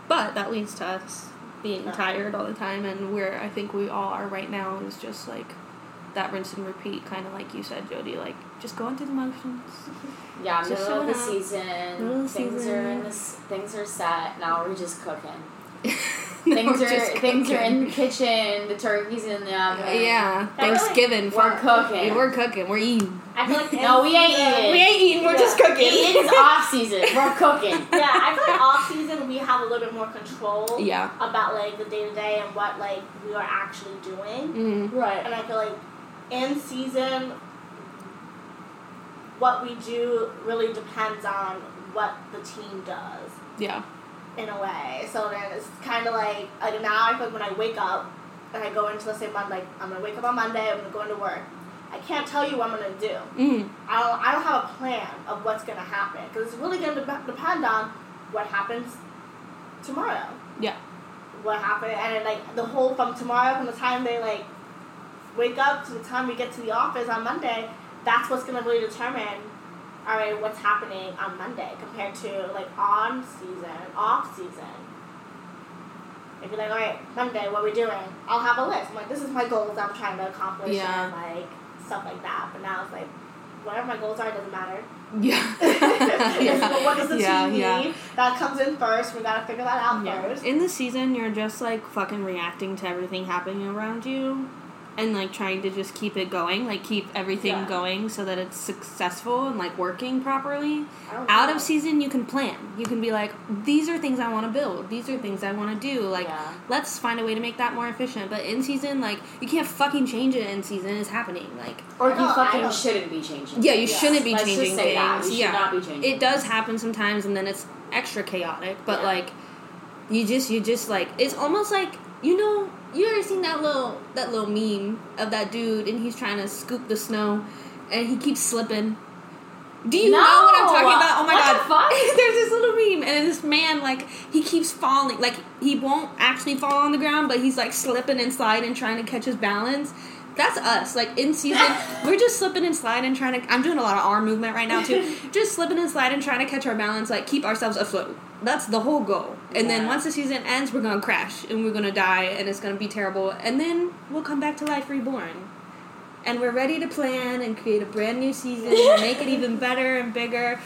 [SPEAKER 2] But that leads to us being
[SPEAKER 1] Yeah.
[SPEAKER 2] tired all the time and where I think we all are right now is just like that rinse and repeat kinda like you said, Jody, like just going through the motions.
[SPEAKER 1] Yeah,
[SPEAKER 2] Just
[SPEAKER 1] middle of
[SPEAKER 2] showing
[SPEAKER 1] the
[SPEAKER 2] up.
[SPEAKER 1] season,
[SPEAKER 2] Middle of the
[SPEAKER 1] things
[SPEAKER 2] season.
[SPEAKER 1] are in this. Things are set. Now we're just cooking. things
[SPEAKER 2] We're
[SPEAKER 1] are
[SPEAKER 2] just
[SPEAKER 1] things are in the
[SPEAKER 2] cooking.
[SPEAKER 1] kitchen. The turkey's in the oven.
[SPEAKER 2] Yeah.
[SPEAKER 3] That really-
[SPEAKER 2] Thanksgiving
[SPEAKER 1] We're
[SPEAKER 2] fuck.
[SPEAKER 1] cooking.
[SPEAKER 2] We're cooking. We're eating.
[SPEAKER 3] I feel like
[SPEAKER 1] No, we ain't
[SPEAKER 3] in-
[SPEAKER 1] eating.
[SPEAKER 2] We ain't eating, we're just
[SPEAKER 3] Yeah.
[SPEAKER 2] cooking.
[SPEAKER 1] it is off season. We're cooking.
[SPEAKER 3] Yeah, I feel like off season we have a little bit more control
[SPEAKER 2] yeah.
[SPEAKER 3] about like the day to day and what like we are actually doing.
[SPEAKER 2] Mm.
[SPEAKER 1] Right.
[SPEAKER 3] And I feel like in season, what we do really depends on what the team does
[SPEAKER 2] Yeah.
[SPEAKER 3] in a way. So then it's kind of like like now I feel like when I wake up and I go into let's say Monday, I'm gonna wake up on Monday. I'm gonna go into work. I can't tell you what I'm gonna do.
[SPEAKER 2] Mm.
[SPEAKER 3] I don't, I don't have a plan of what's gonna happen because it's really gonna dep depend on what happens tomorrow.
[SPEAKER 2] Yeah.
[SPEAKER 3] What happened and then, like the whole from tomorrow from the time they like wake up to the time we get to the office on Monday, that's what's gonna really determine. All right, what's happening on Monday compared to like on season, off season? If you're like, all right, Monday, what we doing? I'll have a list. I'm like, this is my goals I'm trying to accomplish
[SPEAKER 2] Yeah.
[SPEAKER 3] and like stuff like that. But now it's like, whatever my goals are, it doesn't matter.
[SPEAKER 2] Yeah.
[SPEAKER 3] But what does the
[SPEAKER 2] Yeah,
[SPEAKER 3] team need?
[SPEAKER 2] yeah.
[SPEAKER 3] That comes in first. We gotta figure that out
[SPEAKER 2] Yeah.
[SPEAKER 3] first.
[SPEAKER 2] In the season, you're just like fucking reacting to everything happening around you and like trying to just keep it going, like keep everything
[SPEAKER 3] Yeah.
[SPEAKER 2] going so that it's successful and like working properly.
[SPEAKER 3] I don't
[SPEAKER 2] Out
[SPEAKER 3] know.
[SPEAKER 2] of season, you can plan. You can be like, these are things I want to build, these are things I want to do. Like,
[SPEAKER 4] Yeah.
[SPEAKER 2] let's find a way to make that more efficient. But in season, like, you can't fucking change it in season, it's happening. Like,
[SPEAKER 4] Or
[SPEAKER 3] No,
[SPEAKER 4] you
[SPEAKER 3] I
[SPEAKER 4] fucking
[SPEAKER 3] don't-
[SPEAKER 4] shouldn't be changing.
[SPEAKER 2] yeah, you
[SPEAKER 4] things.
[SPEAKER 2] shouldn't be
[SPEAKER 4] Let's
[SPEAKER 2] changing
[SPEAKER 4] just say
[SPEAKER 2] things.
[SPEAKER 4] That. We should
[SPEAKER 2] yeah,
[SPEAKER 4] not be changing.
[SPEAKER 2] it does happen sometimes and then it's extra chaotic but
[SPEAKER 4] Yeah.
[SPEAKER 2] like you just you just like it's almost like you know you ever seen that little that little meme of that dude and he's trying to scoop the snow and he keeps slipping do you
[SPEAKER 4] No!
[SPEAKER 2] know what I'm talking about? Oh my
[SPEAKER 4] What
[SPEAKER 2] god.
[SPEAKER 4] the fuck?
[SPEAKER 2] There's this little meme and this man like he keeps falling like he won't actually fall on the ground but he's like slipping and sliding trying to catch his balance. That's us. Like in season, we're just slipping and sliding trying to I'm doing a lot of arm movement right now too. just slipping and sliding trying to catch our balance like keep ourselves afloat. That's the whole goal. And then
[SPEAKER 4] Yeah.
[SPEAKER 2] once the season ends, we're going to crash and we're going to die and it's going to be terrible and then we'll come back to life reborn and we're ready to plan and create a brand new season and make it even better and bigger.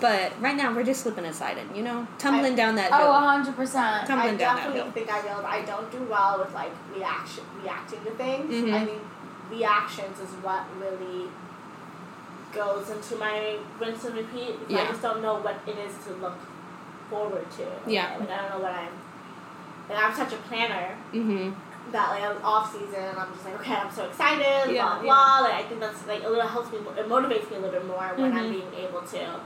[SPEAKER 2] But right now, we're just slipping and sliding, you know, tumbling down that hill,
[SPEAKER 4] Oh,
[SPEAKER 3] uh,
[SPEAKER 4] hundred percent.
[SPEAKER 2] tumbling
[SPEAKER 3] I
[SPEAKER 2] down that
[SPEAKER 3] definitely
[SPEAKER 2] hill.
[SPEAKER 3] think I know. I don't do well with like reaction, reacting to things.
[SPEAKER 2] Mhm.
[SPEAKER 3] I think reactions is what really goes into my rinse and repeat. because
[SPEAKER 2] Yeah.
[SPEAKER 3] I just don't know what it is to look forward to.
[SPEAKER 2] Yeah.
[SPEAKER 3] Like I don't know what I'm. Like I'm such a planner
[SPEAKER 2] Mm-hmm.
[SPEAKER 3] that like I'm off season and I'm just like okay I'm so excited
[SPEAKER 2] Yeah,
[SPEAKER 3] blah blah. Like I think that's like a little helps me. It motivates me a little bit more when I'm
[SPEAKER 2] Mhm.
[SPEAKER 3] being able to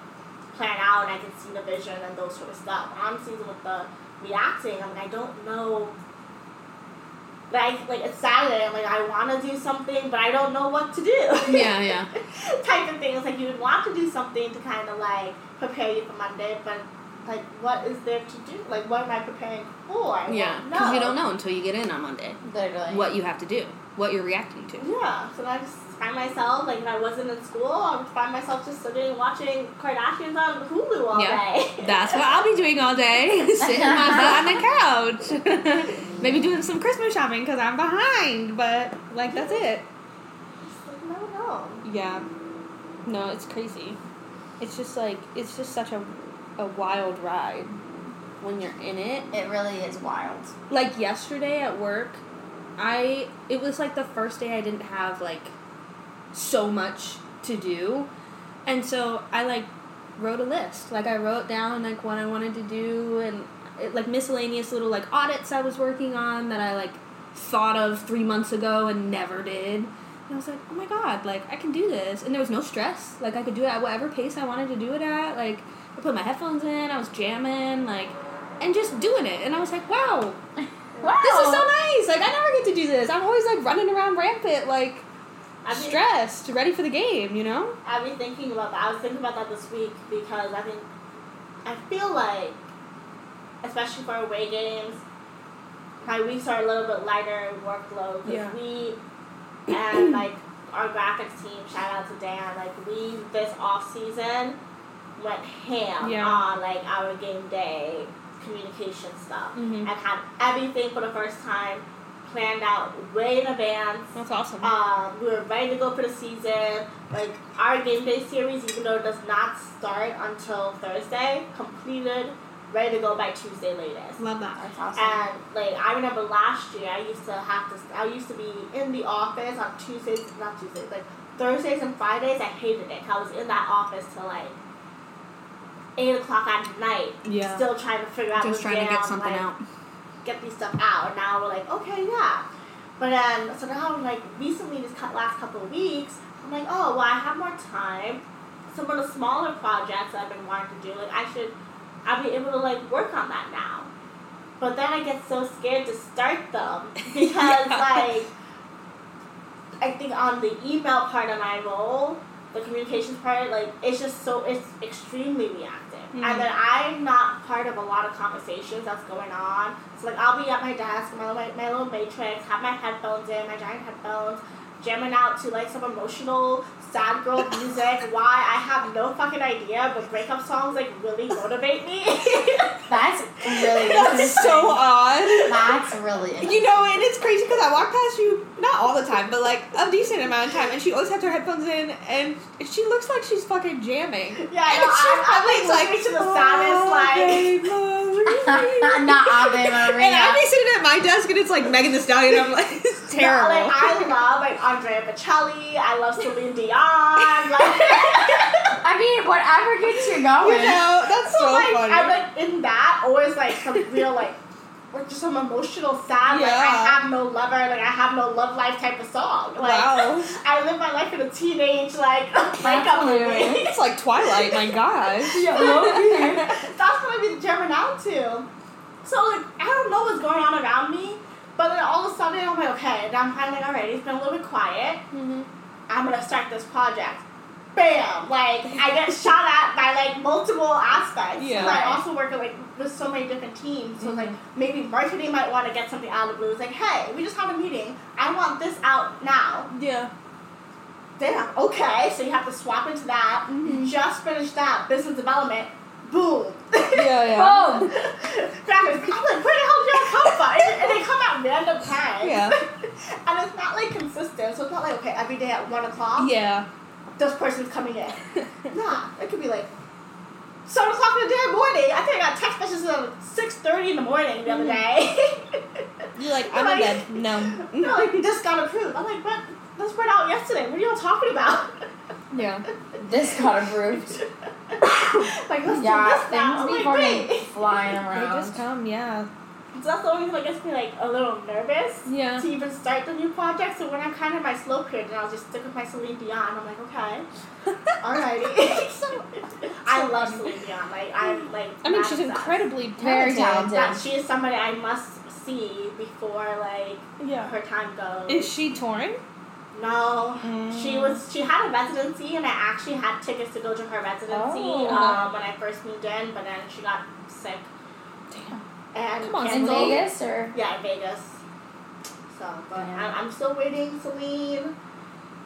[SPEAKER 3] plan out and I can see the vision and those sort of stuff. I'm season with the reacting. I'm like I don't know. Like like it's Saturday. I'm like I want to do something, but I don't know what to do.
[SPEAKER 2] Yeah, yeah.
[SPEAKER 3] type of thing. It's like you would want to do something to kind of like prepare you for Monday, but like what is there to do? Like what am I preparing for? I
[SPEAKER 2] Yeah,
[SPEAKER 3] don't
[SPEAKER 2] because you
[SPEAKER 3] know.
[SPEAKER 2] don't know until you get in on Monday
[SPEAKER 4] Literally.
[SPEAKER 2] what you have to do, what you're reacting to.
[SPEAKER 3] Yeah, so I just find myself like if I wasn't in school, I would find myself just sitting watching Kardashians on Hulu all
[SPEAKER 2] Yeah,
[SPEAKER 3] day.
[SPEAKER 2] That's what I'll be doing all day, sitting myself on the couch. Maybe doing some Christmas shopping because I'm behind, but like that's it.
[SPEAKER 3] Just like, no, no.
[SPEAKER 2] Yeah. No, it's crazy. It's just like it's just such a a wild ride when you're in it.
[SPEAKER 4] It really is wild.
[SPEAKER 2] Like yesterday at work, I it was like the first day I didn't have like so much to do. And so I like wrote a list. Like I wrote down like what I wanted to do and it, like miscellaneous little like audits I was working on that I like thought of 3 months ago and never did. And I was like, "Oh my god, like I can do this." And there was no stress. Like I could do it at whatever pace I wanted to do it at. Like I put my headphones in, I was jamming like and just doing it. And I was like, "Wow,
[SPEAKER 4] Wow.
[SPEAKER 2] this is so
[SPEAKER 3] Oh.
[SPEAKER 2] nice. Like I never get to do this. I'm always like running around rampant like
[SPEAKER 3] I've been,
[SPEAKER 2] stressed, ready for the game, you know?
[SPEAKER 3] I've been thinking about that. I was thinking about that this week because I think I feel like, especially for away games, my weeks are a little bit lighter in workload. 'cause
[SPEAKER 2] Yeah.
[SPEAKER 3] We and like our graphics team, shout out to Dan. Like we this off season went ham
[SPEAKER 2] Yeah.
[SPEAKER 3] on like our game day communication stuff
[SPEAKER 2] Mhm.
[SPEAKER 3] and had everything for the first time planned out way in advance.
[SPEAKER 2] That's awesome.
[SPEAKER 3] Um, we were ready to go for the season. Like our game day series, even though it does not start until Thursday, completed, ready to go by Tuesday latest.
[SPEAKER 2] Love that.
[SPEAKER 4] That's awesome.
[SPEAKER 3] And like I remember last year, I used to have to. I used to be in the office on Tuesdays, not Tuesdays, like Thursdays and Fridays. I hated it. 'cause I was in that office till like eight o'clock at night,
[SPEAKER 2] Yeah.
[SPEAKER 3] still trying to figure out.
[SPEAKER 2] Just
[SPEAKER 3] what's
[SPEAKER 2] trying to
[SPEAKER 3] going
[SPEAKER 2] get
[SPEAKER 3] on,
[SPEAKER 2] something
[SPEAKER 3] like,
[SPEAKER 2] out.
[SPEAKER 3] get these stuff out. And now we're like, okay, yeah. But um, then, so now, like, recently, this cou- last couple of weeks, I'm like, oh, well, I have more time. some of the smaller projects that I've been wanting to do. Like I should, I'll be able to like work on that now. But then I get so scared to start them because
[SPEAKER 2] Yeah.
[SPEAKER 3] like I think on the email part of my role, the communications part, like it's just so it's extremely reactive.
[SPEAKER 2] Mhm.
[SPEAKER 3] And then I'm not part of a lot of conversations that's going on. So like I'll be at my desk, my my, my little matrix, have my headphones in, my giant headphones, jamming out to like some emotional sad girl music. Why I have no fucking idea, but breakup songs like really motivate me.
[SPEAKER 4] That's really
[SPEAKER 2] That's
[SPEAKER 4] interesting.
[SPEAKER 2] so odd.
[SPEAKER 4] That's really interesting.
[SPEAKER 2] You know, and it's crazy because I walk past you not all the time, but like a decent amount of time, and she always has her headphones in, and she looks like she's fucking jamming.
[SPEAKER 3] yeah, I know.
[SPEAKER 2] and she's
[SPEAKER 3] I'm, I'm
[SPEAKER 2] probably
[SPEAKER 3] like
[SPEAKER 2] like,
[SPEAKER 3] listening to the saddest like.
[SPEAKER 2] "Ave Maria."
[SPEAKER 4] Not Ave Maria.
[SPEAKER 2] And I'd be sitting at my desk, and it's like Megan Thee Stallion. I'm like, it's terrible.
[SPEAKER 3] No, like, I love like Andrea Bocelli. I love Celine Dion. Like,
[SPEAKER 4] I mean, whatever gets you
[SPEAKER 2] you
[SPEAKER 4] going.
[SPEAKER 2] know, that's so
[SPEAKER 3] like
[SPEAKER 2] funny.
[SPEAKER 3] I'm like in that, or it's like some real like, or just some emotional sad. Like
[SPEAKER 2] Yeah.
[SPEAKER 3] I have no lover. Like I have no love life type of song. Like
[SPEAKER 2] wow,
[SPEAKER 3] I live my life in a teenage like breakup
[SPEAKER 4] hilarious.
[SPEAKER 3] movie.
[SPEAKER 2] it's like Twilight. My gosh.
[SPEAKER 3] That's what I've been jamming out to. So like I don't know what's going on around me, but then all of a sudden I'm like, okay, now I'm finally like, alright, it's been a little bit quiet.
[SPEAKER 2] Mhm.
[SPEAKER 3] I'm gonna start this project. Bam! Like I get shot at by like multiple aspects. 'Cause
[SPEAKER 2] Yeah.
[SPEAKER 3] I also work at, like with so many different teams. So like maybe marketing might want to get something out of the blue. It's like, hey, we just had a meeting. I want this out now.
[SPEAKER 2] Yeah.
[SPEAKER 3] Damn. Okay. So you have to swap into that.
[SPEAKER 2] Mm-hmm.
[SPEAKER 3] You just finished that business development. Boom.
[SPEAKER 2] Yeah. Yeah.
[SPEAKER 3] Oh.
[SPEAKER 4] Boom.
[SPEAKER 3] Crackers. I'm like, where the hell did y'all come from? And, and they come at random times.
[SPEAKER 2] Yeah.
[SPEAKER 3] and it's not like consistent. So it's not like okay, every day at one o'clock,
[SPEAKER 2] Yeah.
[SPEAKER 3] this person's coming in. nah, it could be like seven o'clock in the damn morning. I think I got text messages at six thirty in the morning the other
[SPEAKER 2] Mm-hmm.
[SPEAKER 3] day.
[SPEAKER 2] You're like, I'm in
[SPEAKER 3] Like-
[SPEAKER 2] bed. No.
[SPEAKER 3] no, like this got approved. I'm like, but this went out yesterday. What are y'all talking about?
[SPEAKER 2] Yeah.
[SPEAKER 4] This got approved.
[SPEAKER 3] like let's do
[SPEAKER 4] Yeah,
[SPEAKER 3] this
[SPEAKER 4] things
[SPEAKER 3] now. I'm like,
[SPEAKER 4] be fucking
[SPEAKER 3] wait.
[SPEAKER 4] flying
[SPEAKER 2] Oh They just
[SPEAKER 4] around.
[SPEAKER 2] come. Yeah.
[SPEAKER 3] So that's the only thing that gets me like a little nervous.
[SPEAKER 2] Yeah.
[SPEAKER 3] to even start the new project. So when I'm kind of in my slow period, then I'll just stick with my Celine Dion. I'm like, okay, alrighty. I love Celine Dion. Like I'm like.
[SPEAKER 2] I mean,
[SPEAKER 3] mad
[SPEAKER 2] she's
[SPEAKER 3] obsessed.
[SPEAKER 2] incredibly talented.
[SPEAKER 4] Very talented.
[SPEAKER 3] That she is somebody I must see before like
[SPEAKER 2] Yeah.
[SPEAKER 3] her time goes.
[SPEAKER 2] Is she touring?
[SPEAKER 3] No. She was. She had a residency, and I actually had tickets to go to her residency
[SPEAKER 2] Oh.
[SPEAKER 3] um, when I first moved in. But then she got sick
[SPEAKER 2] Damn.
[SPEAKER 3] and
[SPEAKER 2] Come on,
[SPEAKER 4] In
[SPEAKER 3] canceled.
[SPEAKER 2] Celine.
[SPEAKER 4] Vegas or?
[SPEAKER 3] Yeah, in Vegas. So, but
[SPEAKER 4] Yeah.
[SPEAKER 3] I'm, I'm still waiting, Celine.
[SPEAKER 2] Um,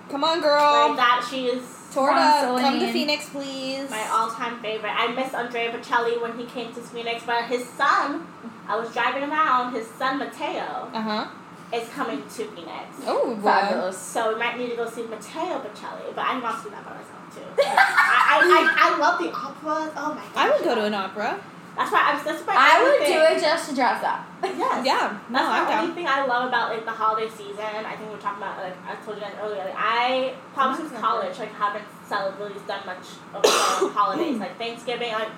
[SPEAKER 2] Come on,
[SPEAKER 3] Like
[SPEAKER 2] girl.
[SPEAKER 3] that, she is
[SPEAKER 2] Tour it
[SPEAKER 4] Come
[SPEAKER 2] up.
[SPEAKER 4] on,
[SPEAKER 2] Come to
[SPEAKER 4] Celine.
[SPEAKER 2] Phoenix, please.
[SPEAKER 3] my all-time favorite. I miss Andrea Bocelli when he came to Phoenix, but his son, I was driving around. His son Mateo
[SPEAKER 2] Uh huh.
[SPEAKER 3] is coming to Phoenix,
[SPEAKER 2] Oh, wow.
[SPEAKER 4] Fabulous.
[SPEAKER 3] so we might need to go see Mateo Bocelli. But I want to do that by myself too. I, I, I, I love the opera. Oh my god!
[SPEAKER 2] I would go to an opera.
[SPEAKER 3] That's why I'm. That's my.
[SPEAKER 4] I would
[SPEAKER 3] only
[SPEAKER 4] do
[SPEAKER 3] thing-
[SPEAKER 4] it just to dress up.
[SPEAKER 3] Yes.
[SPEAKER 2] Yeah. No,
[SPEAKER 3] That's
[SPEAKER 2] I'm
[SPEAKER 3] the only
[SPEAKER 2] down.
[SPEAKER 3] thing I love about like the holiday season. I think we were talking about like I told you guys earlier. Like I probably since college like haven't celebrated really done much of the holidays like Thanksgiving. Like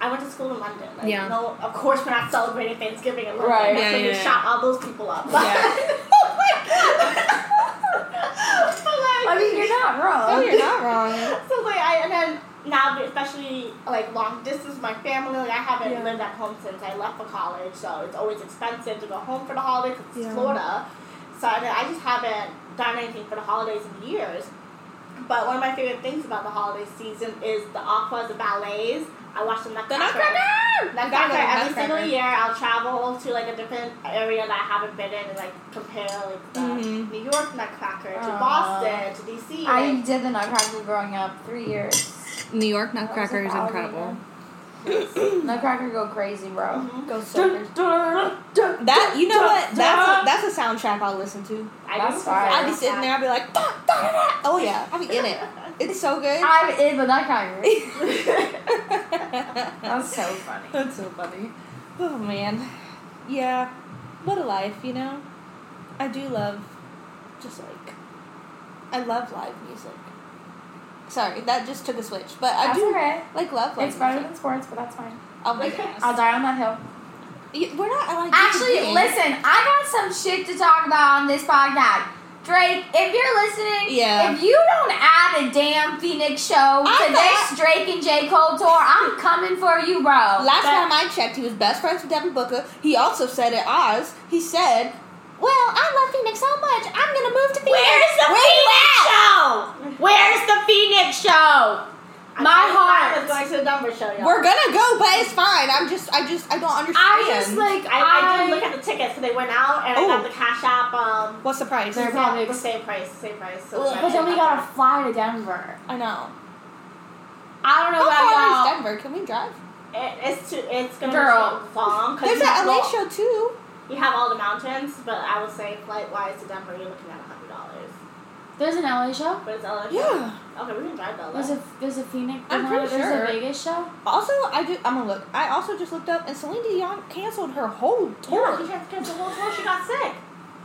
[SPEAKER 3] I went to school in London. Like,
[SPEAKER 2] Yeah.
[SPEAKER 3] No, of course we're not celebrating Thanksgiving in London.
[SPEAKER 4] Right.
[SPEAKER 3] That's
[SPEAKER 2] Yeah,
[SPEAKER 3] when
[SPEAKER 2] yeah,
[SPEAKER 3] we
[SPEAKER 2] yeah.
[SPEAKER 3] shot all those people up.
[SPEAKER 2] Yeah.
[SPEAKER 3] oh my god. But, like,
[SPEAKER 4] I mean, you're not
[SPEAKER 2] No,
[SPEAKER 4] wrong.
[SPEAKER 2] you're not wrong.
[SPEAKER 3] so like I and then now especially like long distance my family like I haven't
[SPEAKER 2] Yeah.
[SPEAKER 3] lived at home since I left for college so it's always expensive to go home for the holidays 'cause
[SPEAKER 2] Yeah.
[SPEAKER 3] it's Florida so I, I just haven't done anything for the holidays in years but one of my favorite things about the holiday season is the operas the ballets I watch them
[SPEAKER 2] The
[SPEAKER 3] Nutcracker
[SPEAKER 2] Gotta
[SPEAKER 3] Nutcracker
[SPEAKER 2] go to
[SPEAKER 3] every single
[SPEAKER 2] Nutcracker.
[SPEAKER 3] year I'll travel to like a different area that I haven't been in and like compare like the
[SPEAKER 2] Mhm.
[SPEAKER 3] New York Nutcracker to
[SPEAKER 4] Aw.
[SPEAKER 3] Boston to DC
[SPEAKER 4] I
[SPEAKER 3] like,
[SPEAKER 4] did the Nutcracker growing up. Three years.
[SPEAKER 2] New York
[SPEAKER 4] Nutcracker is incredible. Nutcracker go crazy, bro.
[SPEAKER 3] mhm.
[SPEAKER 2] Go circus. That you know what? That's a, that's a soundtrack I'll listen to.
[SPEAKER 3] I
[SPEAKER 4] That's
[SPEAKER 3] do
[SPEAKER 4] fire.
[SPEAKER 2] I'll be sitting there. I'll be like, "Da, da, da, da." oh yeah, I'll be in it. It's so good.
[SPEAKER 4] I'm in the Nutcracker.
[SPEAKER 2] That's
[SPEAKER 4] That's so funny.
[SPEAKER 2] so funny. Oh man, yeah. What a life, you know. I do love, just like, I love live music. Sorry, that just took a switch, but I
[SPEAKER 4] That's
[SPEAKER 2] do
[SPEAKER 4] okay.
[SPEAKER 2] like love live
[SPEAKER 4] It's better
[SPEAKER 2] music.
[SPEAKER 4] than sports, but that's fine.
[SPEAKER 2] Oh my goodness.
[SPEAKER 4] I'll die on that hill.
[SPEAKER 2] You- We're not like
[SPEAKER 4] Actually,
[SPEAKER 2] competing.
[SPEAKER 4] listen, I got some shit to talk about on this podcast. Drake, if you're listening,
[SPEAKER 2] Yeah.
[SPEAKER 4] if you don't add
[SPEAKER 1] got a damn Phoenix show
[SPEAKER 2] I
[SPEAKER 1] to this Drake and J. Cole tour. I'm coming for you, bro.
[SPEAKER 2] Last time I checked, he was best friends with Devin Booker. He also said at Oz, he said, "Well, I love Phoenix so much, I'm gonna move to Phoenix."
[SPEAKER 3] Where's the
[SPEAKER 2] Where you
[SPEAKER 3] Phoenix
[SPEAKER 2] at?
[SPEAKER 3] show? Where's the Phoenix show?
[SPEAKER 1] My heart.
[SPEAKER 3] is going to the number show. Y'all.
[SPEAKER 2] We're gonna go, but it's fine. I'm just, I just, I don't understand.
[SPEAKER 1] I just like
[SPEAKER 3] I, I, did look at the tickets, so they went out, and
[SPEAKER 2] Oh.
[SPEAKER 3] I got the cash app. Um,
[SPEAKER 2] What's the price?
[SPEAKER 1] They're
[SPEAKER 3] it's not
[SPEAKER 1] probably
[SPEAKER 3] the
[SPEAKER 1] ex-
[SPEAKER 3] same price, same price. So
[SPEAKER 2] Ugh,
[SPEAKER 3] it's
[SPEAKER 1] but then
[SPEAKER 3] not
[SPEAKER 1] we
[SPEAKER 3] that
[SPEAKER 1] gotta
[SPEAKER 3] bad.
[SPEAKER 1] fly to Denver.
[SPEAKER 2] I know.
[SPEAKER 1] I don't know
[SPEAKER 2] How far is
[SPEAKER 1] about y'all.
[SPEAKER 2] Denver? Can we drive?
[SPEAKER 3] It, it's too, it's gonna
[SPEAKER 1] Girl.
[SPEAKER 3] be so long because
[SPEAKER 2] There's
[SPEAKER 3] you,
[SPEAKER 2] that
[SPEAKER 3] have
[SPEAKER 2] LA
[SPEAKER 3] all-
[SPEAKER 2] show too.
[SPEAKER 3] you have all the mountains, but I would say flight wise to Denver, you're looking at a hundred dollars.
[SPEAKER 1] There's an LA show.
[SPEAKER 3] But it's LA.
[SPEAKER 2] Yeah.
[SPEAKER 3] Okay, we can drive to LA.
[SPEAKER 1] There's a there's a Phoenix.
[SPEAKER 2] I'm
[SPEAKER 1] there's
[SPEAKER 2] pretty
[SPEAKER 1] a
[SPEAKER 2] sure.
[SPEAKER 1] Vegas show.
[SPEAKER 2] Also, I just, I'm gonna look. I also just looked up, and Celine Dion canceled her whole
[SPEAKER 3] yeah,
[SPEAKER 2] tour,
[SPEAKER 3] she had to cancel the whole tour. She got sick.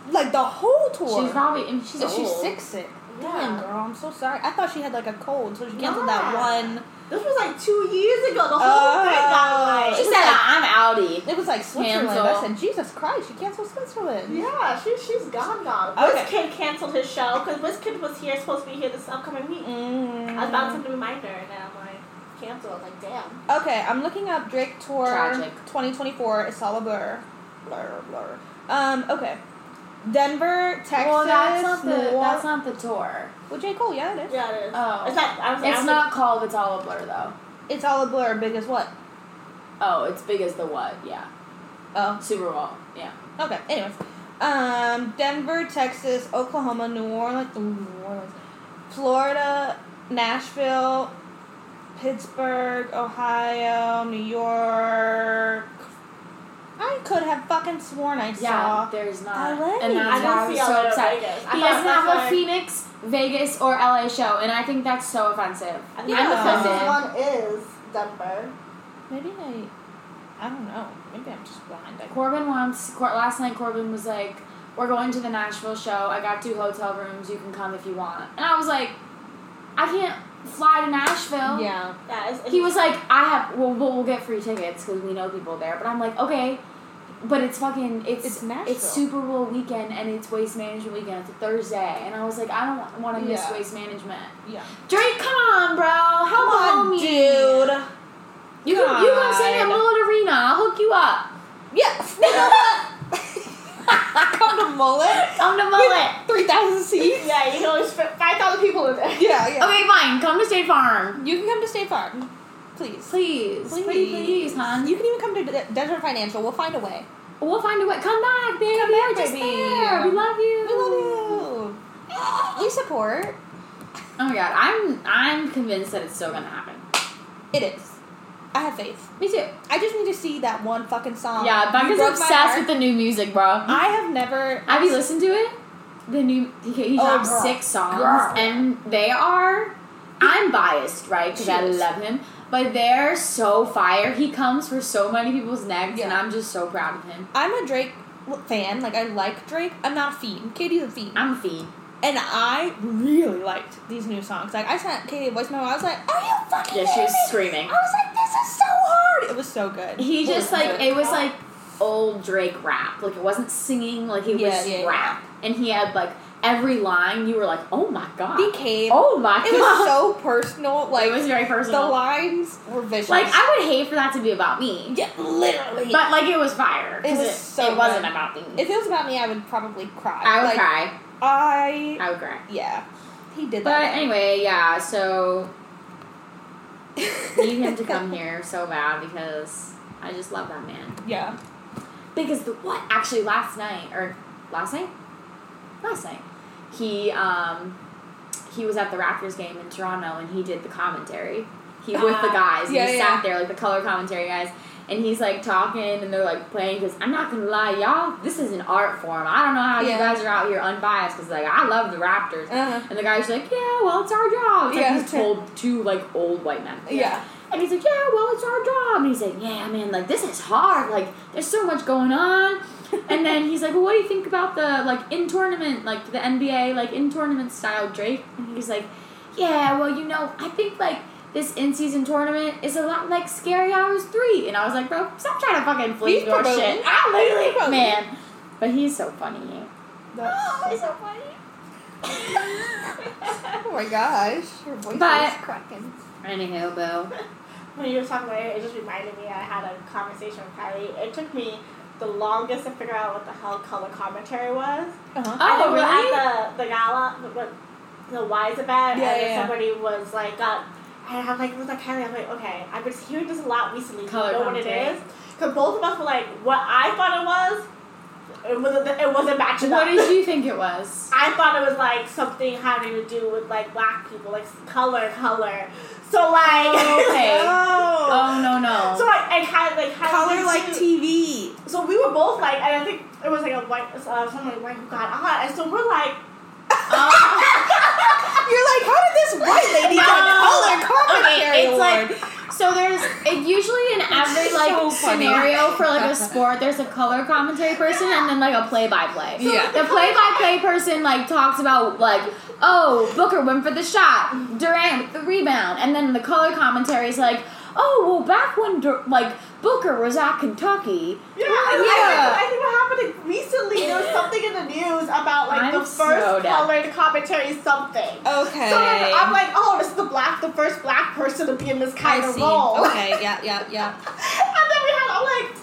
[SPEAKER 2] like the whole tour.
[SPEAKER 1] She's probably and she's
[SPEAKER 2] So
[SPEAKER 1] old.
[SPEAKER 2] she's sick, sick. Damn,
[SPEAKER 3] Yeah.
[SPEAKER 2] girl, I'm so sorry. I thought she had like a cold, so she canceled that
[SPEAKER 3] Yeah.
[SPEAKER 2] one.
[SPEAKER 3] This was like two years ago. The whole thing
[SPEAKER 2] Oh.
[SPEAKER 3] got
[SPEAKER 1] She
[SPEAKER 3] like.
[SPEAKER 1] said, "I'm outie."
[SPEAKER 2] It was like Switzerland. I
[SPEAKER 1] Cancel.
[SPEAKER 2] said, Jesus Christ, she canceled Switzerland.
[SPEAKER 3] Yeah, she, she's gone now.
[SPEAKER 2] Okay.
[SPEAKER 3] Wizkid canceled his show because Wizkid was here, supposed to be here this upcoming week.
[SPEAKER 2] Mm.
[SPEAKER 3] I was about to send a reminder and then I'm like, canceled. I'm like, damn.
[SPEAKER 2] Okay, I'm looking up Drake Tour
[SPEAKER 1] Tragic.
[SPEAKER 2] 2024. It's all a blur. Blur, blur. Um, okay. Denver, Texas.
[SPEAKER 1] well, that's not the
[SPEAKER 2] Nor-
[SPEAKER 1] that's not the tour.
[SPEAKER 2] Well, J. Cole, yeah, it is.
[SPEAKER 3] Yeah, it is.
[SPEAKER 1] Oh.
[SPEAKER 3] It's not, I was, I
[SPEAKER 1] It's
[SPEAKER 3] was
[SPEAKER 1] not called It's All a Blur though.
[SPEAKER 2] It's all a blur, big as what?
[SPEAKER 1] Oh, it's big as the what? Yeah,
[SPEAKER 2] Oh,
[SPEAKER 1] Super Bowl. Yeah.
[SPEAKER 2] okay. Anyways. Um, Denver, Texas, Oklahoma, New Orleans, ooh, New Orleans, Florida, Nashville, Pittsburgh, Ohio, New York. I could have fucking sworn I saw.
[SPEAKER 1] Yeah, there's not.
[SPEAKER 2] LA.
[SPEAKER 1] And
[SPEAKER 3] I
[SPEAKER 1] that's
[SPEAKER 3] didn't
[SPEAKER 1] why I was
[SPEAKER 3] see LA
[SPEAKER 1] so
[SPEAKER 3] or
[SPEAKER 1] upset.
[SPEAKER 3] Vegas. I
[SPEAKER 1] He
[SPEAKER 3] thought
[SPEAKER 1] doesn't
[SPEAKER 3] that's
[SPEAKER 1] have
[SPEAKER 3] why-
[SPEAKER 1] a Phoenix, Vegas, or LA show, and I think that's so offensive.
[SPEAKER 3] I think
[SPEAKER 2] Yeah.
[SPEAKER 3] the closest
[SPEAKER 1] Offensive.
[SPEAKER 3] one is Denver.
[SPEAKER 2] Maybe I, I don't know. Maybe I'm just blind. I,
[SPEAKER 1] Corbin wants. Cor- last night, Corbin was like, "We're going to the Nashville show. I got two hotel rooms. You can come if you want." And I was like, "I can't fly to Nashville."
[SPEAKER 2] yeah.
[SPEAKER 3] Yeah, it's, it's,
[SPEAKER 1] He was like, "I have. Well, we'll, we'll get free tickets because we know people there." But I'm like, "Okay." But it's fucking it's
[SPEAKER 2] It's Nashville.
[SPEAKER 1] Super Bowl weekend and it's Waste Management weekend. It's a Thursday, and I was like, I don't want to miss
[SPEAKER 2] Yeah.
[SPEAKER 1] Waste Management.
[SPEAKER 2] Yeah.
[SPEAKER 1] Drake, come on, bro.
[SPEAKER 2] Come
[SPEAKER 1] Help a
[SPEAKER 2] on,
[SPEAKER 1] homie.
[SPEAKER 2] dude.
[SPEAKER 1] You can, you can sing at
[SPEAKER 2] God.
[SPEAKER 1] Mullet Arena. I'll hook you up.
[SPEAKER 2] Yes. You know what? Come to Mullet.
[SPEAKER 1] Come to Mullet.
[SPEAKER 2] Three thousand seats.
[SPEAKER 3] yeah, you know, it's for 5,000 people in there.
[SPEAKER 2] Yeah. Yeah.
[SPEAKER 1] Okay, fine. Come to State Farm.
[SPEAKER 2] You can come to State Farm, please.
[SPEAKER 1] Please. Please, please, hon.
[SPEAKER 2] You can even come to De- Desert Financial. We'll find a way.
[SPEAKER 1] We'll find a way. Come back, baby.
[SPEAKER 2] Come
[SPEAKER 1] We're
[SPEAKER 2] back,
[SPEAKER 1] just
[SPEAKER 2] baby.
[SPEAKER 1] there. We love you.
[SPEAKER 2] We love you. We support.
[SPEAKER 1] Oh my god, I'm I'm convinced that it's still gonna happen.
[SPEAKER 2] It is. I have faith.
[SPEAKER 1] Me too.
[SPEAKER 2] I just need to see that one fucking song.
[SPEAKER 1] yeah,
[SPEAKER 2] Oh, You
[SPEAKER 1] Becca's
[SPEAKER 2] broke my
[SPEAKER 1] obsessed
[SPEAKER 2] heart.
[SPEAKER 1] with the new music, bro.
[SPEAKER 2] I have never.
[SPEAKER 1] Have you listened to it? The new he, he
[SPEAKER 2] Oh,
[SPEAKER 1] dropped
[SPEAKER 2] girl.
[SPEAKER 1] six songs,
[SPEAKER 2] Girl.
[SPEAKER 1] and they are. I'm biased, right? Because I
[SPEAKER 2] She is.
[SPEAKER 1] love him, but they're so fire. He comes for so many people's necks, and
[SPEAKER 2] Yeah.
[SPEAKER 1] I'm just so proud of him.
[SPEAKER 2] I'm a Drake fan. Like I like Drake. I'm not a fiend. Katie's a fiend,
[SPEAKER 1] I'm a fiend.
[SPEAKER 2] and I really liked these new songs. Like I sent Katie a voice memo. I was like, "Are you fucking?"
[SPEAKER 1] Yeah, she was
[SPEAKER 2] kidding me?"
[SPEAKER 1] screaming.
[SPEAKER 2] I was like, "This is so hard." It was so good.
[SPEAKER 1] He
[SPEAKER 2] We'll
[SPEAKER 1] just
[SPEAKER 2] listen
[SPEAKER 1] like
[SPEAKER 2] to
[SPEAKER 1] it was like old Drake rap. Like it wasn't singing. Like it
[SPEAKER 2] Yeah,
[SPEAKER 1] was
[SPEAKER 2] yeah, yeah.
[SPEAKER 1] rap, and he had like every line. You were like, oh my god,
[SPEAKER 2] He came.
[SPEAKER 1] oh my
[SPEAKER 2] It
[SPEAKER 1] god.
[SPEAKER 2] was so personal. Like
[SPEAKER 1] it was very
[SPEAKER 2] the
[SPEAKER 1] personal.
[SPEAKER 2] lines were vicious.
[SPEAKER 1] like I would hate for that to be about me,
[SPEAKER 2] yeah, literally.
[SPEAKER 1] but like it was fire. 'cause
[SPEAKER 2] It was so
[SPEAKER 1] It wasn't
[SPEAKER 2] good.
[SPEAKER 1] about me.
[SPEAKER 2] if it was about me, I would probably cry.
[SPEAKER 1] I would
[SPEAKER 2] like,
[SPEAKER 1] cry.
[SPEAKER 2] I
[SPEAKER 1] I would cry.
[SPEAKER 2] yeah. He did
[SPEAKER 1] But
[SPEAKER 2] that.
[SPEAKER 1] anyway, yeah. So need him to come here so bad because I just love that man.
[SPEAKER 2] Yeah.
[SPEAKER 1] Because the what? Actually, last night or last night, last night, he um he was at the Raptors game in Toronto and he did the commentary. He with the guys.
[SPEAKER 2] Uh, Yeah,
[SPEAKER 1] and he
[SPEAKER 2] yeah.
[SPEAKER 1] sat there like the color commentary guys. And he's like talking, and they're like playing. Because I'm not gonna lie, y'all, this is an art form. I don't know how
[SPEAKER 2] Yeah.
[SPEAKER 1] you guys are out here unbiased. Because like I love the Raptors,
[SPEAKER 2] Uh-huh.
[SPEAKER 1] and the guy's like, yeah, well, it's our job. It's
[SPEAKER 2] Yeah.
[SPEAKER 1] like he's told two like old white men.
[SPEAKER 2] Yeah.
[SPEAKER 1] And he's like, yeah, well, it's our job. And he's like, yeah, man, like this is hard. Like there's so much going on. and then he's like, well, what do you think about the like in tournament, like the NBA, like in tournament style Drake? And he's like, yeah, well, you know, I think like this in season tournament is a lot like Scary Hours three. And I was like, bro, stop trying to fucking
[SPEAKER 2] He's
[SPEAKER 1] flee your
[SPEAKER 2] promoting.
[SPEAKER 1] shit. I
[SPEAKER 2] He's promoting.
[SPEAKER 1] literally man. But he's so funny.
[SPEAKER 2] That's-
[SPEAKER 1] so funny.
[SPEAKER 2] Oh my gosh, your voice
[SPEAKER 1] But-
[SPEAKER 2] is cracking.
[SPEAKER 1] Anywho, boo.
[SPEAKER 3] when you were talking about it, it just reminded me I had a conversation with Kylie. It took me the longest to figure out what the hell color commentary was.
[SPEAKER 2] Uh-huh.
[SPEAKER 3] I think
[SPEAKER 1] Oh,
[SPEAKER 3] we were
[SPEAKER 1] really?
[SPEAKER 3] at the, the gala, the, what- the Wise event, and
[SPEAKER 2] Yeah,
[SPEAKER 3] then
[SPEAKER 2] yeah, yeah.
[SPEAKER 3] somebody was like, uh, and I'm like, was like, Kylie, I'm like, okay, I've been hearing this a lot recently. Do
[SPEAKER 1] Color
[SPEAKER 3] you know what it
[SPEAKER 1] commentary.
[SPEAKER 3] is? Because both of us were like, what I thought it was, it wasn't, it wasn't matching
[SPEAKER 1] What
[SPEAKER 3] up.
[SPEAKER 1] did you think it was?
[SPEAKER 3] I thought it was like something having to do with like black people, like color, color. So like,
[SPEAKER 1] Okay.
[SPEAKER 2] Oh,
[SPEAKER 1] Oh no
[SPEAKER 3] so
[SPEAKER 1] no.
[SPEAKER 3] like, I had like had
[SPEAKER 2] color
[SPEAKER 3] these
[SPEAKER 2] like
[SPEAKER 3] two-
[SPEAKER 2] TV.
[SPEAKER 3] So we were both like, and I think it was like a white, uh, someone white who got on, and so we're like,
[SPEAKER 1] Oh,
[SPEAKER 2] You're like, how did this white lady get a
[SPEAKER 1] No.
[SPEAKER 2] color commentary
[SPEAKER 1] it's
[SPEAKER 2] award?
[SPEAKER 1] like so there's it usually in every like
[SPEAKER 5] so funny.
[SPEAKER 1] scenario for like a sport there's a color commentary person and then like a play by play.
[SPEAKER 2] Yeah.
[SPEAKER 1] The play by play person like talks about like oh Booker went for the shot, Durant with the rebound, and then the color commentary is like oh well back when Dur- like Booker was at Kentucky.
[SPEAKER 3] yeah,
[SPEAKER 2] Yeah.
[SPEAKER 3] and I, think, I think what happened recently, there was something in the news about like
[SPEAKER 1] I'm
[SPEAKER 3] the first
[SPEAKER 1] so dead.
[SPEAKER 3] colored commentary something.
[SPEAKER 2] okay.
[SPEAKER 3] So I'm, I'm like, oh, this is the black, the first black person to be in this kind
[SPEAKER 2] I
[SPEAKER 3] of
[SPEAKER 2] see.
[SPEAKER 3] role.
[SPEAKER 2] Okay, yeah, yeah, yeah.
[SPEAKER 3] and then we had, I'm like,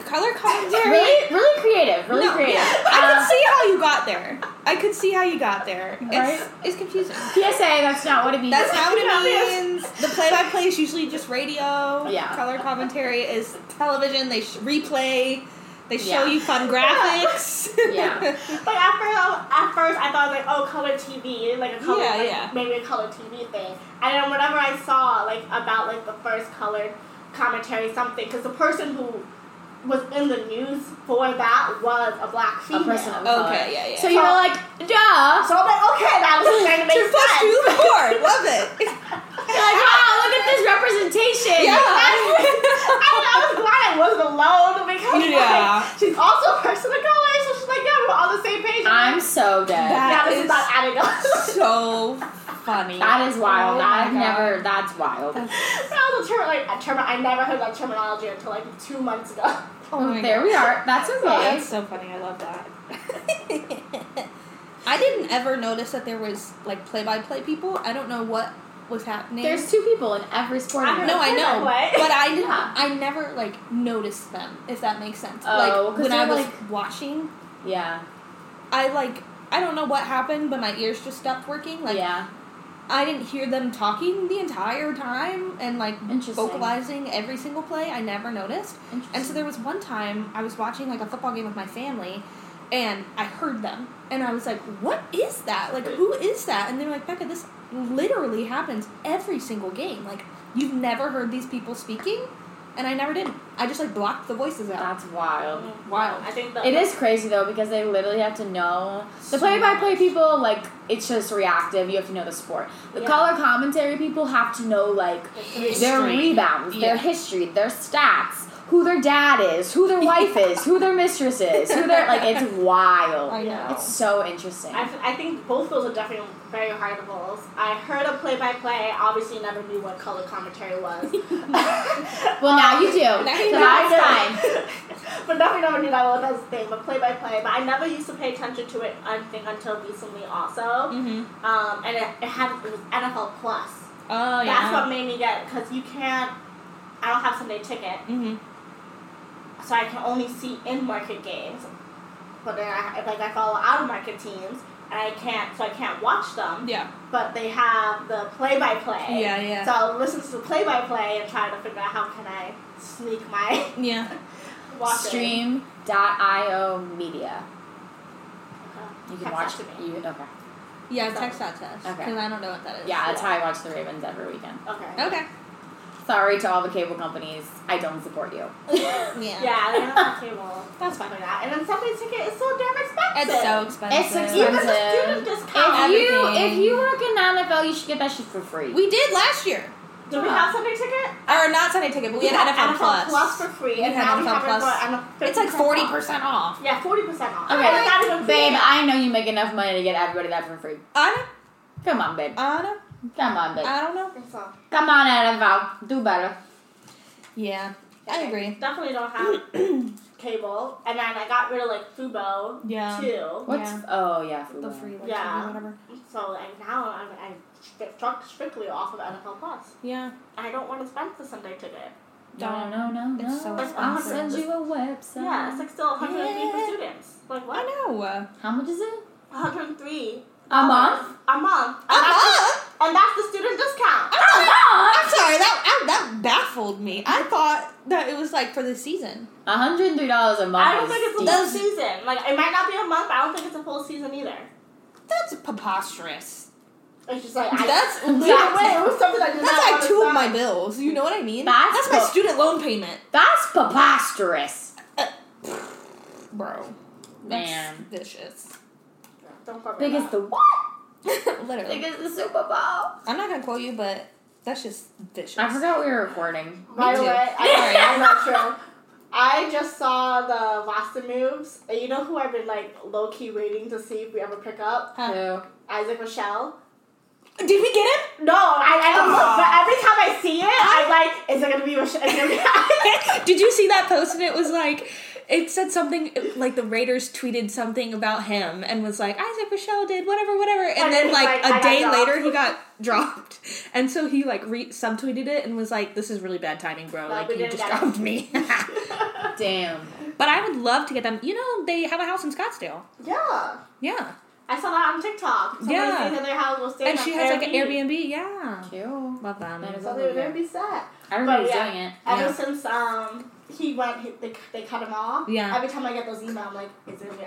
[SPEAKER 2] Color commentary.
[SPEAKER 1] Really, really creative, really
[SPEAKER 2] No,
[SPEAKER 1] creative.
[SPEAKER 2] I
[SPEAKER 1] Uh,
[SPEAKER 2] could see how you got there. I could see how you got there. It's,
[SPEAKER 1] Right?
[SPEAKER 2] it's confusing.
[SPEAKER 1] PSA, that's not what it means.
[SPEAKER 2] That's not what
[SPEAKER 3] Yeah,
[SPEAKER 2] it
[SPEAKER 3] yes.
[SPEAKER 2] means. The play-by-play is usually just radio.
[SPEAKER 1] Yeah.
[SPEAKER 2] Color commentary is television. They sh- replay. They show
[SPEAKER 1] Yeah.
[SPEAKER 2] you fun graphics.
[SPEAKER 1] Yeah.
[SPEAKER 3] Like at first, I- at first I thought like, oh, color TV, like a color,
[SPEAKER 2] Yeah,
[SPEAKER 3] like,
[SPEAKER 2] yeah.
[SPEAKER 3] maybe a color TV thing. And then whenever I saw like about like the first colored commentary something, because the person who was in the news for that was a
[SPEAKER 1] A
[SPEAKER 3] black female.
[SPEAKER 1] person of color.
[SPEAKER 2] okay. Yeah. Yeah.
[SPEAKER 1] So you were like, duh.
[SPEAKER 3] so I'm like, okay, that was
[SPEAKER 2] Two
[SPEAKER 3] going to make
[SPEAKER 2] plus
[SPEAKER 3] sense.
[SPEAKER 2] two is four. Love it.
[SPEAKER 1] You're like, wow, look at this representation.
[SPEAKER 2] yeah.
[SPEAKER 3] I, I was glad I wasn't alone because
[SPEAKER 2] Yeah.
[SPEAKER 3] like, she's also a person of color, so she's like, yeah, we're on the same page.
[SPEAKER 1] I'm so dead.
[SPEAKER 2] That
[SPEAKER 3] yeah, this
[SPEAKER 2] is-
[SPEAKER 3] is not adding up.
[SPEAKER 2] so funny.
[SPEAKER 1] That is wild.
[SPEAKER 2] Oh my
[SPEAKER 1] I've
[SPEAKER 2] God.
[SPEAKER 1] never. That's wild.
[SPEAKER 3] That was a term like a term I never heard that terminology until like two months ago.
[SPEAKER 2] Oh my
[SPEAKER 1] there
[SPEAKER 2] God.
[SPEAKER 1] we are. That's okay.
[SPEAKER 2] That's so funny. I love that. I didn't ever notice that there was like play-by-play people. I don't know what was happening.
[SPEAKER 1] There's two people in every sport.
[SPEAKER 3] I don't
[SPEAKER 2] no, I know,
[SPEAKER 3] Play-by-play.
[SPEAKER 2] but I didn't.
[SPEAKER 1] Yeah.
[SPEAKER 2] I never like noticed them. If that makes sense.
[SPEAKER 1] Oh,
[SPEAKER 2] like
[SPEAKER 1] 'cause
[SPEAKER 2] when I
[SPEAKER 1] they're,
[SPEAKER 2] was
[SPEAKER 1] like-
[SPEAKER 2] watching,
[SPEAKER 1] Yeah.
[SPEAKER 2] I like I don't know what happened, but my ears just stopped working. Like
[SPEAKER 1] yeah.
[SPEAKER 2] I didn't hear them talking the entire time and like
[SPEAKER 1] Interesting.
[SPEAKER 2] vocalizing every single play. I never noticed. And so
[SPEAKER 1] Interesting.
[SPEAKER 2] there was one time I was watching like a football game with my family and I heard them and I was like, What is that? Like who is that? And they're like, Becca, this literally happens every single game. Like you've never heard these people speaking and I never did. I just like blocked the voices out.
[SPEAKER 1] That's wild.
[SPEAKER 2] Wild.
[SPEAKER 3] I think the,
[SPEAKER 1] It is crazy though because they literally have to know the play-by-play people. Like it's just reactive. You have to know the sport. The
[SPEAKER 3] Yeah.
[SPEAKER 1] color commentary people have to know like their rebounds, their history, their stats, who their dad is, who their wife is, who their mistress is, who their like it's wild.
[SPEAKER 2] I know.
[SPEAKER 1] It's so interesting.
[SPEAKER 3] I, I think both those are definitely very hard roles. I heard a play by play, obviously never knew what color commentary was.
[SPEAKER 1] Well, now you do.
[SPEAKER 2] Now you
[SPEAKER 1] so
[SPEAKER 2] know.
[SPEAKER 1] that's fine.
[SPEAKER 3] but definitely never knew that was a thing, but play by play. But I never used to pay attention to it, I think, until recently also.
[SPEAKER 2] Mm-hmm.
[SPEAKER 3] Um, and it, it had it was NFL Plus.
[SPEAKER 2] Oh
[SPEAKER 3] That's
[SPEAKER 2] yeah.
[SPEAKER 3] what made me get because you can't, I don't have Sunday ticket.
[SPEAKER 2] mm-hmm.
[SPEAKER 3] so I can only see in market games. But then I if, like I follow out of market teams, and I can't, so I can't watch them.
[SPEAKER 2] Yeah.
[SPEAKER 3] But they have the play by play.
[SPEAKER 2] Yeah, yeah.
[SPEAKER 3] So I'll listen to the play by play and try to figure out how can I sneak my
[SPEAKER 2] yeah.
[SPEAKER 3] watch it.
[SPEAKER 1] Stream.io media. You can
[SPEAKER 3] Text
[SPEAKER 1] watch
[SPEAKER 3] that to me.
[SPEAKER 1] You, okay.
[SPEAKER 2] Yeah,
[SPEAKER 3] So-
[SPEAKER 2] text that to us.
[SPEAKER 1] Okay.
[SPEAKER 2] Because I don't know what that is.
[SPEAKER 1] Yeah, that's how I watch the Ravens every weekend.
[SPEAKER 3] Okay.
[SPEAKER 2] Okay.
[SPEAKER 1] Sorry to all the cable companies. I don't support you.
[SPEAKER 2] yeah.
[SPEAKER 3] Yeah, they don't have cable.
[SPEAKER 2] That's fine.
[SPEAKER 3] Like that. And then Sunday ticket is so damn expensive.
[SPEAKER 2] It's so expensive.
[SPEAKER 1] It's
[SPEAKER 3] Even the
[SPEAKER 1] expensive.
[SPEAKER 3] student
[SPEAKER 1] If
[SPEAKER 3] discount.
[SPEAKER 1] you
[SPEAKER 2] Everything.
[SPEAKER 1] if you work in the NFL, you should get that shit for free.
[SPEAKER 2] We did last year.
[SPEAKER 3] Do we have Sunday ticket?
[SPEAKER 2] Or not Sunday ticket, but we had NFL, Plus.
[SPEAKER 3] for free.
[SPEAKER 2] We
[SPEAKER 3] and
[SPEAKER 2] had
[SPEAKER 3] now we
[SPEAKER 2] NFL
[SPEAKER 3] have it
[SPEAKER 2] Plus.
[SPEAKER 3] for and a
[SPEAKER 2] It's like
[SPEAKER 3] 50%
[SPEAKER 2] forty
[SPEAKER 3] off.
[SPEAKER 2] percent off.
[SPEAKER 3] Yeah, forty percent off.
[SPEAKER 1] Okay.
[SPEAKER 3] It's not even
[SPEAKER 1] babe,
[SPEAKER 3] free.
[SPEAKER 1] I know you make enough money to get everybody that for free.
[SPEAKER 2] I
[SPEAKER 1] Come on, babe.
[SPEAKER 2] don't, I don't,
[SPEAKER 1] Come on, babe.
[SPEAKER 2] I don't know.
[SPEAKER 3] So,
[SPEAKER 1] Come on, NFL. Do better.
[SPEAKER 2] Yeah, I
[SPEAKER 3] okay.
[SPEAKER 2] agree.
[SPEAKER 3] Definitely don't have cable, and then I got rid of like Fubo
[SPEAKER 6] Yeah.
[SPEAKER 3] too.
[SPEAKER 1] What's
[SPEAKER 6] Yeah.
[SPEAKER 1] oh yeah, Fubo.
[SPEAKER 6] The free like
[SPEAKER 3] Yeah.
[SPEAKER 6] TV, whatever.
[SPEAKER 3] So and now I'm I'm stri- struck strictly off of NFL Plus.
[SPEAKER 6] Yeah.
[SPEAKER 3] I don't want to spend the Sunday ticket.
[SPEAKER 1] No, no, no, no.
[SPEAKER 6] It's so
[SPEAKER 1] I'll
[SPEAKER 6] expensive.
[SPEAKER 1] send you a website.
[SPEAKER 3] yeah, it's like still 103
[SPEAKER 6] Yeah.
[SPEAKER 3] for students. Like
[SPEAKER 6] I
[SPEAKER 3] what?
[SPEAKER 6] know. uh,
[SPEAKER 1] How much is it?
[SPEAKER 3] 103
[SPEAKER 1] A month?
[SPEAKER 3] a month, and, that's,
[SPEAKER 6] Uh-huh.
[SPEAKER 3] the, and that's the student discount.
[SPEAKER 6] I'm sorry. I'm sorry. That I, that baffled me. I thought that it was like for the season.
[SPEAKER 1] hundred and three dollars a month.
[SPEAKER 3] I don't think it's a
[SPEAKER 1] is
[SPEAKER 3] full
[SPEAKER 6] Does-
[SPEAKER 3] season. Like it might not be a month. but I don't think it's a full season either.
[SPEAKER 6] That's preposterous.
[SPEAKER 3] It's just like I,
[SPEAKER 6] That's
[SPEAKER 3] Yeah, wait, it
[SPEAKER 6] that's,
[SPEAKER 3] was something I did not
[SPEAKER 6] that's like two of my
[SPEAKER 3] understand.
[SPEAKER 6] bills. You know what I mean?
[SPEAKER 1] That's
[SPEAKER 6] my
[SPEAKER 1] what-
[SPEAKER 6] student loan payment,
[SPEAKER 1] deep. That's preposterous.
[SPEAKER 6] bro.
[SPEAKER 1] Man.
[SPEAKER 6] that's vicious.
[SPEAKER 3] Don't cover
[SPEAKER 1] Big
[SPEAKER 3] that.
[SPEAKER 1] as the what? Big
[SPEAKER 6] Literally,
[SPEAKER 1] as the Super Bowl.
[SPEAKER 6] I'm not gonna quote you, but that's just vicious.
[SPEAKER 1] I forgot we were recording.
[SPEAKER 3] By
[SPEAKER 6] Me
[SPEAKER 3] the
[SPEAKER 6] too.
[SPEAKER 3] way,
[SPEAKER 6] Sorry.
[SPEAKER 3] I, I'm not sure. I just saw the roster moves. And you know who I've been like low key waiting to see if we ever pick up?
[SPEAKER 6] Huh.
[SPEAKER 1] Who?
[SPEAKER 3] Isaac Rochelle.
[SPEAKER 6] Did we get him?
[SPEAKER 3] No, I, I don't
[SPEAKER 6] Aw.
[SPEAKER 3] know. But every time I see it, I'm like, is it gonna be Rochelle? Is it gonna be
[SPEAKER 2] Did you see that post? And it was like, it said something like the Raiders tweeted something about him and was like Isaac Rochelle did whatever, whatever. And,
[SPEAKER 3] And
[SPEAKER 2] then
[SPEAKER 3] he's
[SPEAKER 2] like,
[SPEAKER 3] like, "I
[SPEAKER 2] a
[SPEAKER 3] got
[SPEAKER 2] day
[SPEAKER 3] dropped."
[SPEAKER 2] later, he got dropped, and so he like re- subtweeted it and was like, "This is really bad timing, bro.
[SPEAKER 3] Like,
[SPEAKER 2] Like
[SPEAKER 3] we
[SPEAKER 2] you
[SPEAKER 3] did
[SPEAKER 2] just
[SPEAKER 3] it again."
[SPEAKER 2] dropped me."
[SPEAKER 1] Damn.
[SPEAKER 2] but I would love to get them. You know, they have a house in Scottsdale.
[SPEAKER 3] Yeah.
[SPEAKER 2] Yeah,
[SPEAKER 3] I saw that on TikTok. Somebody
[SPEAKER 2] Yeah.
[SPEAKER 3] stays at their house, will stay
[SPEAKER 2] and
[SPEAKER 3] in
[SPEAKER 2] she
[SPEAKER 3] an
[SPEAKER 2] has like an Airbnb. Yeah,
[SPEAKER 1] Cute.
[SPEAKER 2] love them.
[SPEAKER 1] That is
[SPEAKER 3] So
[SPEAKER 1] all
[SPEAKER 3] they were gonna
[SPEAKER 1] good.
[SPEAKER 3] be set.
[SPEAKER 1] I remember
[SPEAKER 3] But yeah.
[SPEAKER 1] doing it.
[SPEAKER 3] Ever
[SPEAKER 2] Yeah.
[SPEAKER 3] since um he went, he, they, they cut him off.
[SPEAKER 2] Yeah.
[SPEAKER 3] Every time I get those emails, I'm like, is it gonna be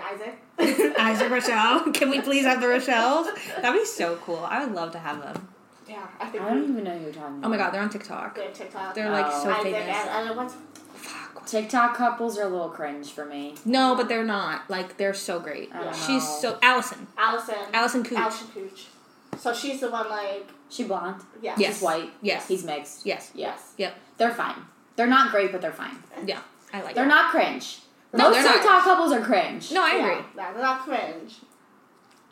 [SPEAKER 3] Isaac?
[SPEAKER 2] Isaac Rochelle. Can we please have the Rochelles? That'd be so cool. I would love to have them.
[SPEAKER 3] Yeah, I think
[SPEAKER 1] I don't even know who you're talking about.
[SPEAKER 2] Oh my god, they're on TikTok.
[SPEAKER 3] good TikTok.
[SPEAKER 2] They're like
[SPEAKER 1] Oh.
[SPEAKER 2] so
[SPEAKER 3] Isaac
[SPEAKER 2] famous.
[SPEAKER 3] and, and what's
[SPEAKER 2] Fuck.
[SPEAKER 1] TikTok couples are a little cringe for me.
[SPEAKER 2] No, but they're not. Like they're so great.
[SPEAKER 1] I don't
[SPEAKER 2] She's
[SPEAKER 1] know.
[SPEAKER 2] so Allison.
[SPEAKER 3] Allison.
[SPEAKER 2] Allison Cooch.
[SPEAKER 3] Allison Cooch. So she's the one like
[SPEAKER 1] She blonde.
[SPEAKER 3] yeah.
[SPEAKER 2] Yes.
[SPEAKER 1] She's white.
[SPEAKER 2] Yes.
[SPEAKER 1] He's mixed.
[SPEAKER 2] Yes.
[SPEAKER 1] Yes.
[SPEAKER 2] Yep.
[SPEAKER 1] They're fine. They're not great, but they're fine.
[SPEAKER 2] Yeah. I like
[SPEAKER 1] They're
[SPEAKER 2] it.
[SPEAKER 1] not cringe.
[SPEAKER 2] No,
[SPEAKER 1] Most
[SPEAKER 2] they're not.
[SPEAKER 1] TikTok couples are cringe.
[SPEAKER 2] No, Oh, I
[SPEAKER 3] yeah,
[SPEAKER 2] agree.
[SPEAKER 3] Yeah, they're not cringe.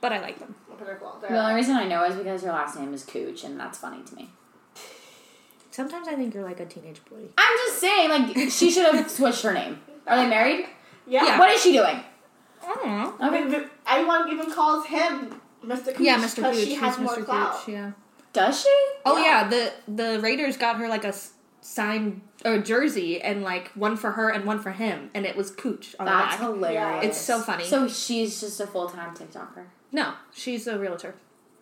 [SPEAKER 2] But I like them.
[SPEAKER 3] But they're cool. They're,
[SPEAKER 1] The only reason I know is because her last name is Cooch, and that's funny to me.
[SPEAKER 2] Sometimes I think you're like a teenage boy.
[SPEAKER 1] I'm just saying, like, she should have switched her name. Are they married?
[SPEAKER 3] yeah.
[SPEAKER 2] Yeah.
[SPEAKER 1] What is she doing?
[SPEAKER 2] I don't know.
[SPEAKER 3] I mean, th- everyone even calls him Mr. Cooch.
[SPEAKER 2] Yeah, Mr.
[SPEAKER 3] 'cause
[SPEAKER 2] Gooch.
[SPEAKER 3] She
[SPEAKER 2] He's
[SPEAKER 3] has more
[SPEAKER 2] Mr.
[SPEAKER 3] clout.
[SPEAKER 2] Gooch. Yeah.
[SPEAKER 1] Does she?
[SPEAKER 2] Oh yeah.
[SPEAKER 3] Yeah.
[SPEAKER 2] The the Raiders got her like a s- signed or jersey and like one for her and one for him and it was Cooch on
[SPEAKER 1] That's
[SPEAKER 2] the back.
[SPEAKER 1] hilarious.
[SPEAKER 2] It's so funny.
[SPEAKER 1] So she's just a full time TikToker.
[SPEAKER 2] no, she's a realtor.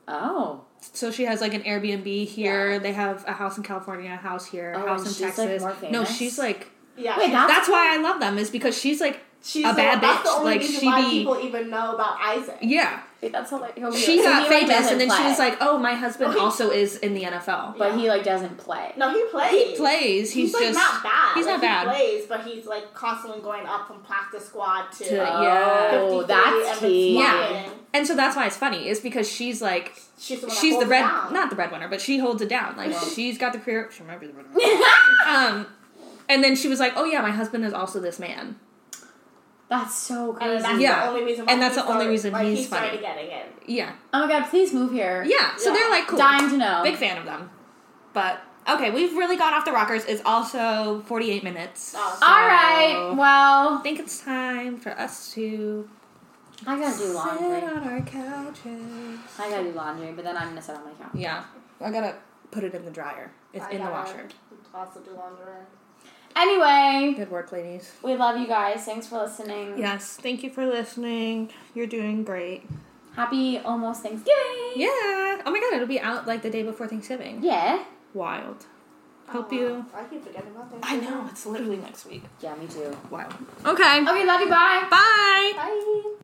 [SPEAKER 1] Oh.
[SPEAKER 2] So she has like an Airbnb here.
[SPEAKER 3] Yeah.
[SPEAKER 2] They have a house in California, a house here, a
[SPEAKER 1] Oh,
[SPEAKER 2] house
[SPEAKER 1] and
[SPEAKER 2] in
[SPEAKER 1] she's, like,
[SPEAKER 2] Texas.
[SPEAKER 1] more
[SPEAKER 2] no,
[SPEAKER 1] famous?
[SPEAKER 2] she's like
[SPEAKER 3] Yeah.
[SPEAKER 1] Wait,
[SPEAKER 3] she-
[SPEAKER 1] that's,
[SPEAKER 2] that's why I love them is because she's like
[SPEAKER 3] she's
[SPEAKER 2] a
[SPEAKER 3] the-
[SPEAKER 2] bad
[SPEAKER 3] that's the
[SPEAKER 2] bitch,
[SPEAKER 3] only
[SPEAKER 2] like,
[SPEAKER 3] reason
[SPEAKER 2] she
[SPEAKER 3] why
[SPEAKER 2] be-
[SPEAKER 3] people even know about Isaac.
[SPEAKER 2] yeah.
[SPEAKER 1] wait, that's hilarious.
[SPEAKER 2] She
[SPEAKER 1] Oh, So
[SPEAKER 2] got
[SPEAKER 1] he, like,
[SPEAKER 2] famous
[SPEAKER 1] doesn't
[SPEAKER 2] and then she
[SPEAKER 1] play.
[SPEAKER 2] was like, "Oh, my husband
[SPEAKER 3] Well, he-
[SPEAKER 2] also is in the NFL."
[SPEAKER 1] but he like doesn't play.
[SPEAKER 3] No, he plays.
[SPEAKER 2] He plays. He's,
[SPEAKER 3] like
[SPEAKER 2] just
[SPEAKER 3] not bad.
[SPEAKER 2] he's
[SPEAKER 3] Like,
[SPEAKER 2] not bad.
[SPEAKER 3] He plays, but he's like constantly going up from practice squad to.
[SPEAKER 2] To- Yeah.
[SPEAKER 1] Oh,
[SPEAKER 3] 53
[SPEAKER 1] that's
[SPEAKER 3] and it's
[SPEAKER 1] he.
[SPEAKER 2] Yeah.
[SPEAKER 3] flying.
[SPEAKER 2] and so that's why it's funny is because she's like
[SPEAKER 3] She's the one that
[SPEAKER 2] she's the
[SPEAKER 3] holds it
[SPEAKER 2] bread
[SPEAKER 3] down.
[SPEAKER 2] not the breadwinner, but she holds it down. Like
[SPEAKER 1] Yeah.
[SPEAKER 2] she's got the career. She might be the breadwinner. um, and then she was like, "Oh yeah, my husband is also this man."
[SPEAKER 1] That's so
[SPEAKER 3] And
[SPEAKER 1] crazy.
[SPEAKER 3] that's
[SPEAKER 2] Yeah.
[SPEAKER 3] the only reason why
[SPEAKER 2] And that's
[SPEAKER 3] he
[SPEAKER 2] the only
[SPEAKER 3] started-
[SPEAKER 2] reason
[SPEAKER 3] like,
[SPEAKER 2] he's
[SPEAKER 3] he started
[SPEAKER 2] funny.
[SPEAKER 3] getting in.
[SPEAKER 2] Yeah,
[SPEAKER 1] Oh my god, please move here.
[SPEAKER 2] yeah. So
[SPEAKER 3] Yeah.
[SPEAKER 2] they're like cool.
[SPEAKER 1] Dying to know.
[SPEAKER 2] Big fan of them. But okay, we've really gone off the rockers. It's also 48 minutes.
[SPEAKER 3] Oh,
[SPEAKER 2] So
[SPEAKER 1] All right. Well,
[SPEAKER 2] I think it's time for us to
[SPEAKER 1] I gotta do
[SPEAKER 2] sit
[SPEAKER 1] laundry.
[SPEAKER 2] on our couches.
[SPEAKER 1] I gotta do laundry, but then I'm gonna sit on my couch.
[SPEAKER 2] Yeah, I gotta put it in the dryer. It's
[SPEAKER 3] I
[SPEAKER 2] in the
[SPEAKER 3] gotta
[SPEAKER 2] washer.
[SPEAKER 3] Also do laundry.
[SPEAKER 1] Anyway,
[SPEAKER 2] Good work, ladies.
[SPEAKER 1] we love you guys. Thanks for listening.
[SPEAKER 2] Yes, thank you for listening. You're doing great.
[SPEAKER 1] Happy almost Thanksgiving.
[SPEAKER 2] Yeah. Oh my god, it'll be out like the day before Thanksgiving.
[SPEAKER 1] Yeah.
[SPEAKER 2] Wild. Hope
[SPEAKER 3] Oh,
[SPEAKER 2] you.
[SPEAKER 3] I keep forgetting about that.
[SPEAKER 2] I know, it's literally next week.
[SPEAKER 1] Yeah, me too.
[SPEAKER 2] Wow. Okay.
[SPEAKER 1] Okay, love you. Bye.
[SPEAKER 2] Bye.
[SPEAKER 3] Bye.